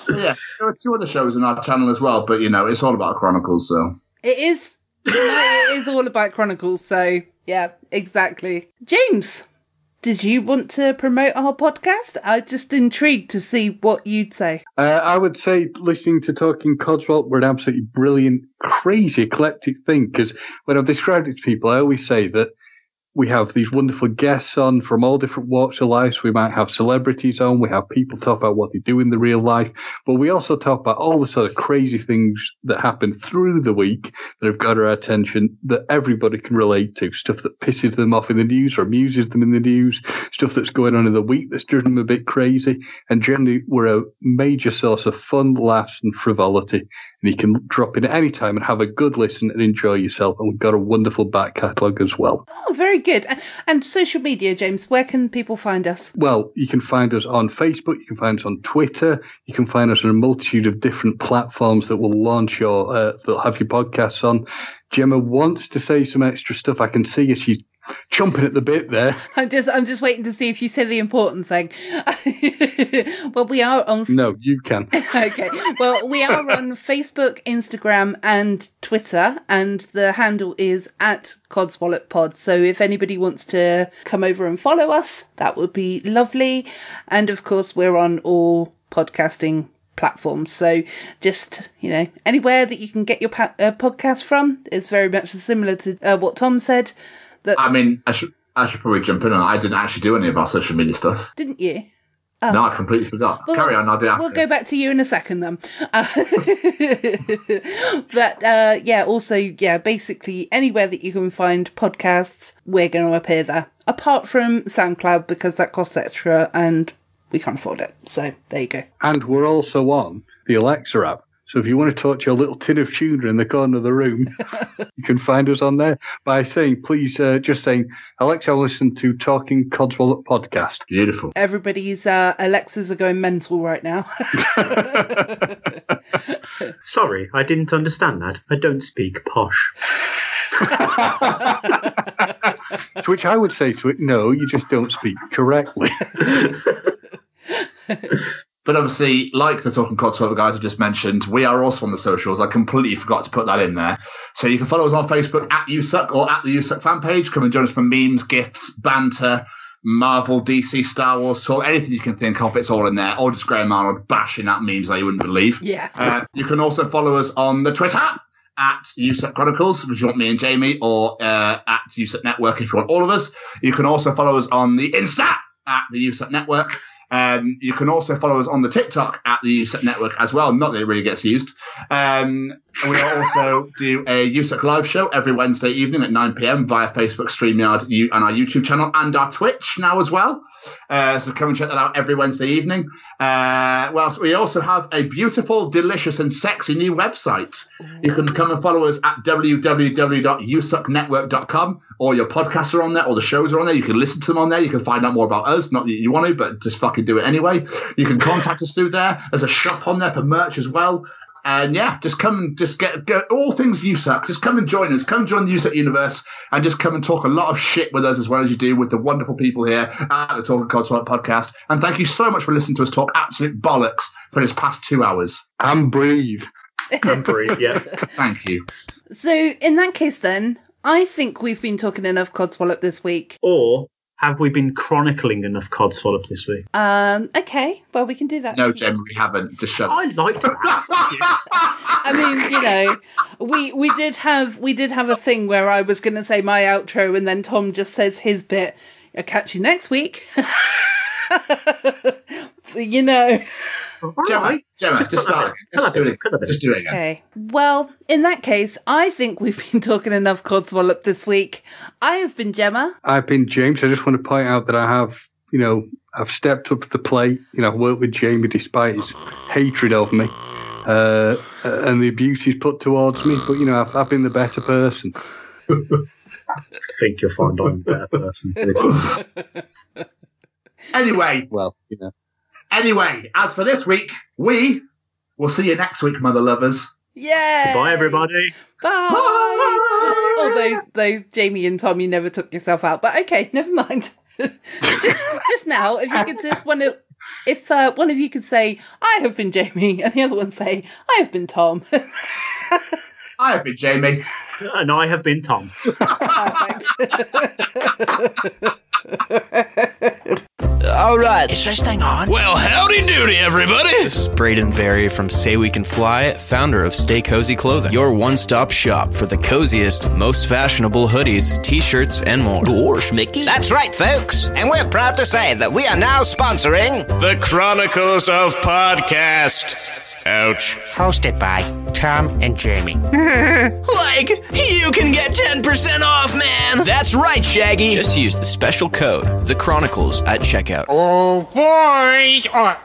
yeah, there are two other shows on our channel as well, but, you know, it's all about Chronicles, so.
It is. you know, it is all about Chronicles. So yeah, exactly. James, did you want to promote our podcast? I'm just intrigued to see what you'd say.
Uh, I would say listening to Talking Codswell were an absolutely brilliant, crazy, eclectic thing because when I've described it to people, I always say that we have these wonderful guests on from all different walks of life. We might have celebrities on, we have people talk about what they do in the real life, but we also talk about all the sort of crazy things that happen through the week that have got our attention that everybody can relate to. Stuff that pisses them off in the news or amuses them in the news, stuff that's going on in the week that's driven them a bit crazy. And generally, we're a major source of fun, laughs, and frivolity. And you can drop in at any time and have a good listen and enjoy yourself. And we've got a wonderful back catalogue as well.
Oh, very good. And, and social media, James, where can people find us?
Well, you can find us on Facebook, you can find us on Twitter, you can find us on a multitude of different platforms that will launch your, uh, that'll have your podcasts on. Gemma wants to say some extra stuff. I can see her. She's chomping at the bit there.
I'm just, I'm just waiting to see if you say the important thing. well, we are on
No, you can.
okay. Well, we are on Facebook, Instagram, and Twitter, and the handle is at Codswallop Pod. So if anybody wants to come over and follow us, that would be lovely. And of course, we're on all podcasting platforms. So just, you know, anywhere that you can get your pa- uh, podcast from is very much similar to uh, what Tom said. That
I mean, I should, I should probably jump in on that. I didn't actually do any of our social media stuff.
didn't you?
No, I completely forgot.
Uh, Well,
Carry on, I'll do it after.
We'll go back to you in a second then. Uh, but uh, yeah, also, yeah, basically anywhere that you can find podcasts, we're going to appear there. Apart from SoundCloud because that costs extra and we can't afford it. So there you go.
And we're also on the Alexa app. So if you want to talk to your little tin of tuna in the corner of the room, you can find us on there by saying, please, uh, just saying, Alexa, I'll listen to Talking Codswallop podcast.
Beautiful.
Everybody's uh, Alexas are going mental right now.
Sorry, I didn't understand that. I don't speak posh.
To which I would say to it, no, you just don't speak correctly.
But obviously, like the Talking Codswallop guys I just mentioned, we are also on the socials. I completely forgot to put that in there. So you can follow us on Facebook at USUC or at the USUC fan page. Come and join us for memes, gifts, banter, Marvel, DC, Star Wars talk, anything you can think of. It's all in there. Or just Graham Arnold bashing out memes that Uh, you wouldn't believe.
yeah.
Uh, you can also follow us on the Twitter at USEP Chronicles if you want me and Jamie, or uh, at USEP Network if you want all of us. You can also follow us on the Insta at the USEP Network. Um, you can also follow us on the TikTok at the USEP Network as well. Not that it really gets used. Um, we also do a USEC live show every Wednesday evening at 9 p.m. via Facebook, StreamYard, you, and our YouTube channel and our Twitch now as well. Uh, so come and check that out every Wednesday evening. Uh, well, so we also have a beautiful, delicious, and sexy new website. You can come and follow us at www.usucknetwork.com. All your podcasts are on there, all the shows are on there. You can listen to them on there. You can find out more about us. Not that you want to, but just fucking do it anyway. You can contact us through there. There's a shop on there for merch as well. And yeah, just come and just get, get all things USAC. Just come and join us. Come join the USAC universe and just come and talk a lot of shit with us as well as you do with the wonderful people here at the Talking Cod Talk podcast. And thank you so much for listening to us talk absolute bollocks for this past two hours.
And breathe.
And breathe, yeah.
thank you.
So, in that case, then, I think we've been talking enough codswallop this week.
Or have we been chronicling enough codswallop this week?
Um, okay, well, we can do that.
No,
if you-
Jim, we haven't. Just shut
I liked that.
I mean, you know, we we did have we did have a thing where I was going to say my outro, and then Tom just says his bit. I'll catch you next week. you know.
Gemma, Gemma, just,
put that
start
in.
again. Just do it
Cut that
again.
bit.
Just do it again.
Okay. Well, in that case, I think we've been talking enough codswallop this week. I have been Gemma.
I've been James. I just want to point out that I have, you know, I've stepped up to the plate. You know, I've worked with Jamie despite his hatred of me uh, and the abuse he's put towards me. But, you know, I've, I've been the better person.
I think you'll find I'm a better person. for this.
Anyway,
Well, you know.
anyway, as for this week, we will see you next week, mother lovers.
Yay!
Bye, everybody.
Bye. Although, though Jamie and Tom, you never took yourself out. But okay, never mind. just, just now, if you could just want to, if uh, one of you could say, "I have been Jamie," and the other one say, "I have been Tom."
I have been Jamie.
And I have been Tom.
All right. Is this thing on? Well, howdy doody, everybody. This is Braden Berry from Say We Can Fly, founder of Stay Cozy Clothing, your one stop shop for the coziest, most fashionable hoodies, t shirts, and more. Gosh, Mickey.
That's right, folks, and we're proud to say that we are now sponsoring The Chronicles of Podcast. Ouch. Hosted by Tom and Jamie.
like, you can get 10% off, man. That's right, Shaggy. Just use the special code, The Chronicles, at checkout.
Oh, boy.